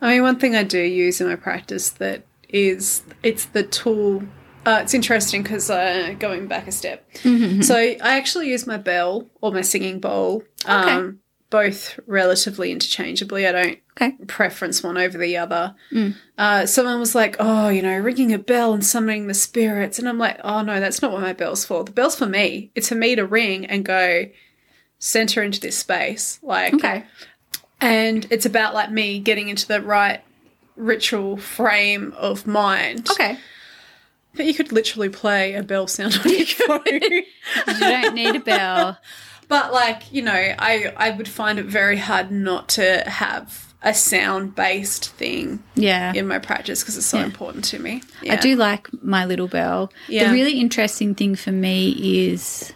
I mean, one thing I do use in my practice that is it's the tool. Uh, it's interesting because uh, going back a step.
Mm-hmm,
So I actually use my bell or my singing bowl, um, both relatively interchangeably. I don't
Okay.
preference one over the other.
Mm.
Uh, someone was like, "Oh, you know, ringing a bell and summoning the spirits," and I'm like, "Oh no, that's not what my bell's for. The bell's for me. It's for me to ring and go center into this space, like,
Okay.
and it's about like me getting into the right ritual frame of mind.
Okay.
but you could literally play a bell sound on your phone.
[LAUGHS] you don't need a [LAUGHS] bell.
But like, you know, I I would find it very hard not to have a sound based thing
Yeah.
in my practice because it's so important to me.
I
Yeah.
do like my little bell.
Yeah.
The really interesting thing for me is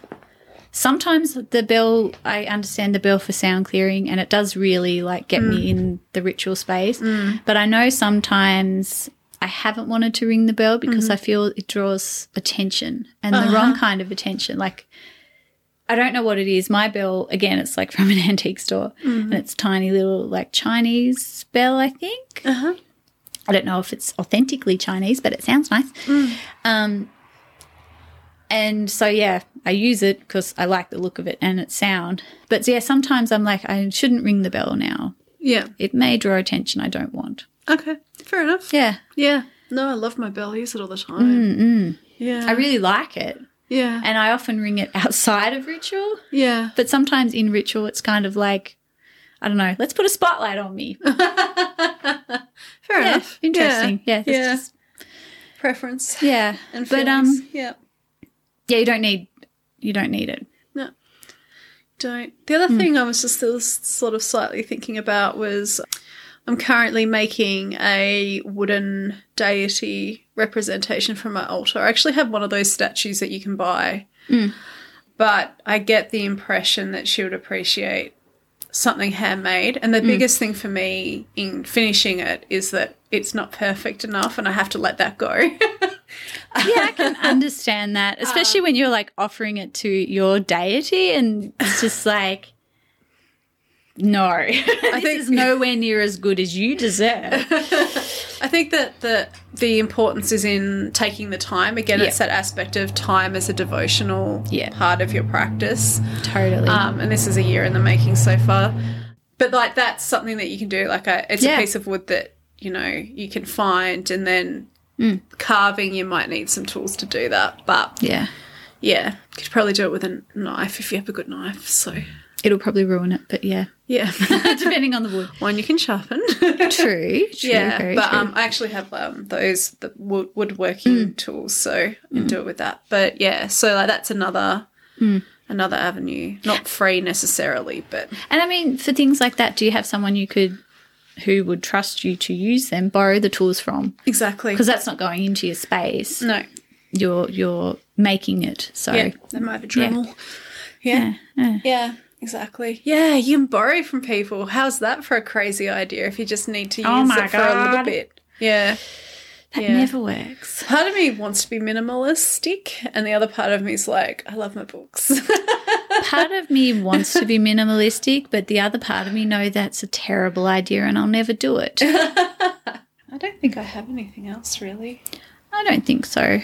sometimes the bell, I understand the bell for sound clearing and it does really like get
Mm.
me in the ritual space. But I know sometimes I haven't wanted to ring the bell because
Mm-hmm.
I feel it draws attention and the wrong
Uh-huh.
kind of attention. Like, I don't know what it is. My bell, again, it's like [LAUGHS] from an antique store
Mm-hmm.
and it's tiny little like Chinese bell, I think.
Uh-huh.
I don't know if it's authentically Chinese, but it sounds nice.
Mm.
Um, and so, yeah, I use it because I like the look of it and its sound. But yeah, sometimes I'm like, I shouldn't ring the bell now.
Yeah.
It may draw attention I don't want.
Okay. Fair enough.
Yeah, Mm.
Yeah. No, I love my bell. I use it all the time. Yeah.
I really like it.
yeah.
And I often ring it [LAUGHS] outside of ritual,
Yeah.
but sometimes in ritual, it's kind of like, I don't know, let's put a spotlight on me.
Fair
Yeah,
enough.
interesting. Yeah, that's
Yeah.
just-
Preference.
yeah.
And
but
feelings.
um,
yeah.
yeah, you don't need, you don't need it.
Don't. The other thing I was just still sort of slightly thinking about was I'm currently making a wooden deity representation for my altar. I actually have one of those statues that you can buy, but I get the impression that she would appreciate something handmade. And the biggest thing for me in finishing it is that it's not perfect enough and I have to let that go. [LAUGHS]
yeah, I can understand that,
Uh,
especially when you're like offering it to your deity, and
[LAUGHS]
it's just like, no, [LAUGHS] this
think-
is nowhere near as good as you deserve.
[LAUGHS] I think that the the importance is in taking the time. Again, it's that aspect of time as a devotional
Yeah.
part of your practice.
totally.
Um, and this is a year in the making so far. but like that's something that you can do. Like a, it's
Yeah.
a piece of wood that you know you can find, and then
Mm.
carving you might need some tools to do that. But
Yeah.
yeah, you could probably do it with a knife if you have a good knife. So
It'll probably ruin it, but yeah.
yeah,
[LAUGHS]
[LAUGHS]
Depending on the wood.
one you can sharpen. [LAUGHS]
True. true
yeah,
very
but
true.
um, I actually have um those the wood woodworking tools, so I can do it with that. But yeah, so like that's another. Another avenue, not free necessarily, but
And I mean, for things like that, do you have someone you could who would trust you to use them, borrow the tools from?
exactly.
Because that's not going into your space.
No,
You're you're making it. So
Mm. yeah, they might have a Dremel.
yeah. yeah.
Yeah, exactly. Yeah, you can borrow from people. How's that for a crazy idea if you just need to use
Oh my
it for a little
God.
bit? Yeah.
That
Yeah.
never works.
Part of me wants to be minimalistic, and the other part of me is like, I love my books. [LAUGHS]
Part of me wants to be minimalistic, but the other part of me know that's a terrible idea and I'll never do it.
I don't think I have anything else really.
I don't think so.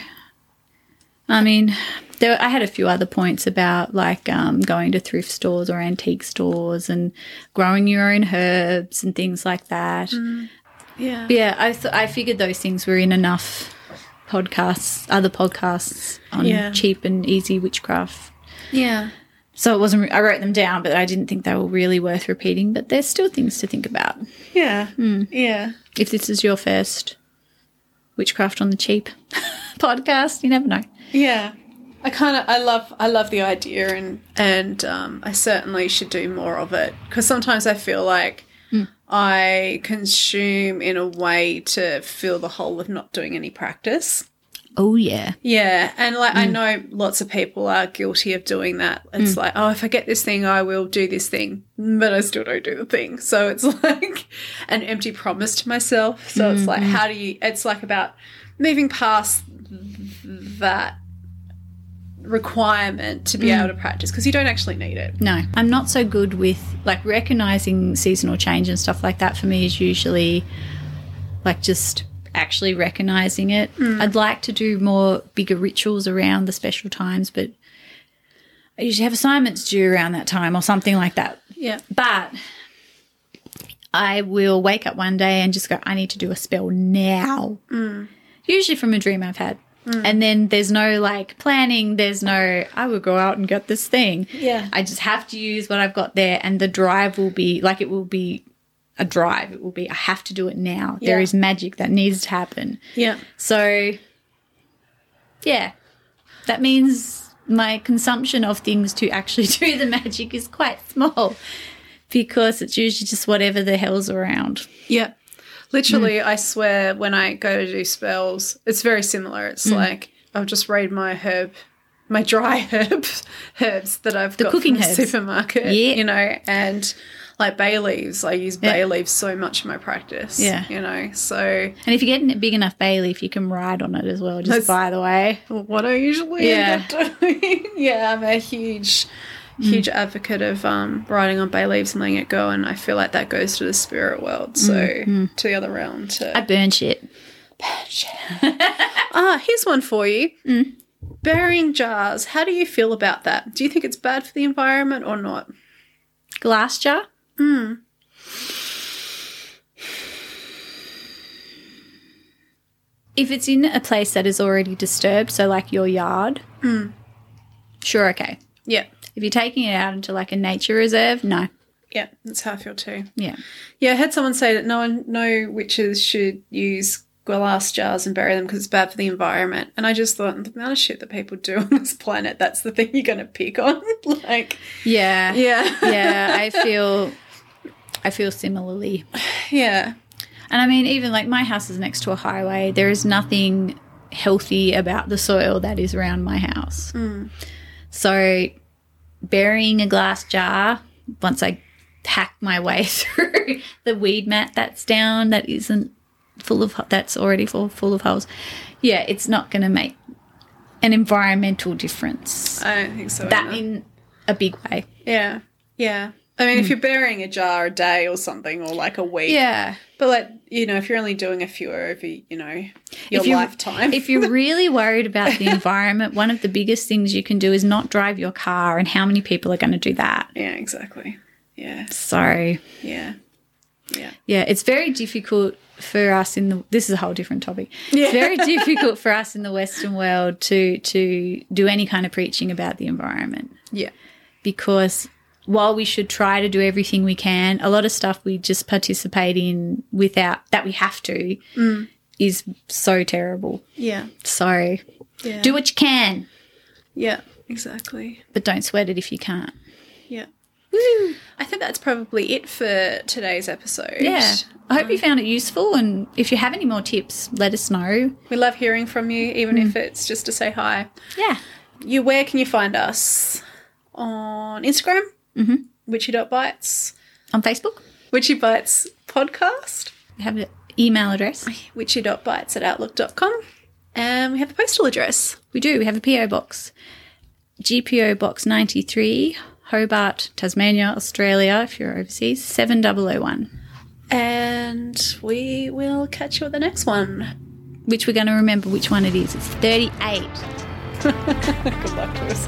I mean, there, I had a few other points about like um, going to thrift stores or antique stores and growing your own herbs and things like that.
Yeah.
Yeah, I th- I figured those things were in enough podcasts, other podcasts on
Yeah.
cheap and easy witchcraft.
Yeah.
So it wasn't. Re- I wrote them down, but I didn't think they were really worth repeating. But there's still things to think about.
Yeah. Yeah.
If this is your first witchcraft on the cheap [LAUGHS] podcast, you never know.
Yeah. I kind of I love I love the idea and and um, I certainly should do more of it because sometimes I feel like I consume in a way to feel the whole of not doing any practice.
Oh yeah.
Yeah, and like I know lots of people are guilty of doing that. It's like, oh, if I get this thing, I will do this thing, but I still don't do the thing. So it's [LAUGHS] like an empty promise to myself. So it's like, how do you? It's like about moving past that requirement to be able to practice because you don't actually need it.
No, I'm not so good with like recognizing seasonal change and stuff like that. For me, is usually like just actually recognizing it. I'd like to do more bigger rituals around the special times, but I usually have assignments due around that time or something like that.
Yeah,
But I will wake up one day and just go, I need to do a spell now.
Mm.
Usually from a dream I've had. And then there's no like planning, there's no, I will go out and get this thing.
Yeah.
I just have to use what I've got there, and the drive will be like, it will be a drive. It will be, I have to do it now. There
Yeah.
is magic that needs to happen.
yeah,
So, yeah, that means my consumption of things to actually [LAUGHS] do the magic is quite small because it's usually just whatever the hell's around.
yeah. Literally,
Mm.
I swear when I go to do spells, it's very similar. It's
Mm.
like I'll just read my herb my dry [LAUGHS] herb herbs that I've got
cooking
from the
herbs.
supermarket.
Yeah.
You know, and like bay leaves. I use bay leaves so much in my practice.
Yeah.
You know, so
And if you get a big enough bay leaf, you can ride on it as well, just
That's-
by the way.
what I usually
Yeah. Mm.
end up [LAUGHS] doing. yeah, I'm a huge huge advocate of um, riding on bay leaves and letting it go and I feel like that goes to the spirit world. So
Mm.
to the other realm to
I burn shit.
Ah, here's one for you.
Mm.
Burying jars. How do you feel about that? Do you think it's bad for the environment or not? Mm.
Glass jar? If it's in a place that is already disturbed, so like your yard, sure, okay.
Yeah.
If you're taking it out into like a nature reserve, no.
Yeah, that's how I feel too.
Yeah.
Yeah, I had someone say that no one, no witches should use glass jars and bury them because it's bad for the environment. And I just thought, the amount of shit that people do [LAUGHS] on this planet, that's the thing you're going to pick on. [LAUGHS] like,
Yeah.
yeah, [LAUGHS]
yeah, I feel I feel similarly.
yeah,
And I mean even like my house is next to a highway. There is nothing healthy about the soil that is around my house. So burying a glass jar once I hack my way [LAUGHS] through the weed mat that's down that isn't full of that's already full full of holes. Yeah, it's not going to make an environmental difference.
I don't think so.
That
either.
in a big way.
yeah, yeah. I mean,
Mm.
if you're burying a jar a day or something, or like a week,
Yeah.
But like you know, if you're only doing a few over, you know, your
you're-
lifetime.
if you're really worried
[LAUGHS]
about the environment, one of the biggest things you can do is not drive your car, and how many people are going to do that?
yeah, exactly. Yeah.
So,
Yeah. Yeah.
yeah, it's very difficult for us in the this is a whole different topic.
Yeah. [LAUGHS]
It's very difficult for us in the western world to to do any kind of preaching about the environment
Yeah.
because while we should try to do everything we can, a lot of stuff we just participate in without that we have to
Mm.
is so terrible.
Yeah.
So,
Yeah.
do what you can,
yeah. Exactly.
but don't sweat it if you can't.
Yeah. I think that's probably it for today's episode.
Yeah. I hope you found it useful. And if you have any more tips, let us know.
We love hearing from you, even
Mm.
if it's just to say hi.
Yeah.
You, where can you find us? On Instagram, mm-hmm. witchy.bites,
On Facebook,
witchybites podcast,
we have an email address.
witchy.bites at outlook.com, and we have a postal address.
We do. We have a PO box, GPO Box 93, Hobart, Tasmania, Australia, if you're overseas, 7001,
And we will catch you at the next one.
which we're going to remember which one it is. It's 38.
[LAUGHS] Good luck to us.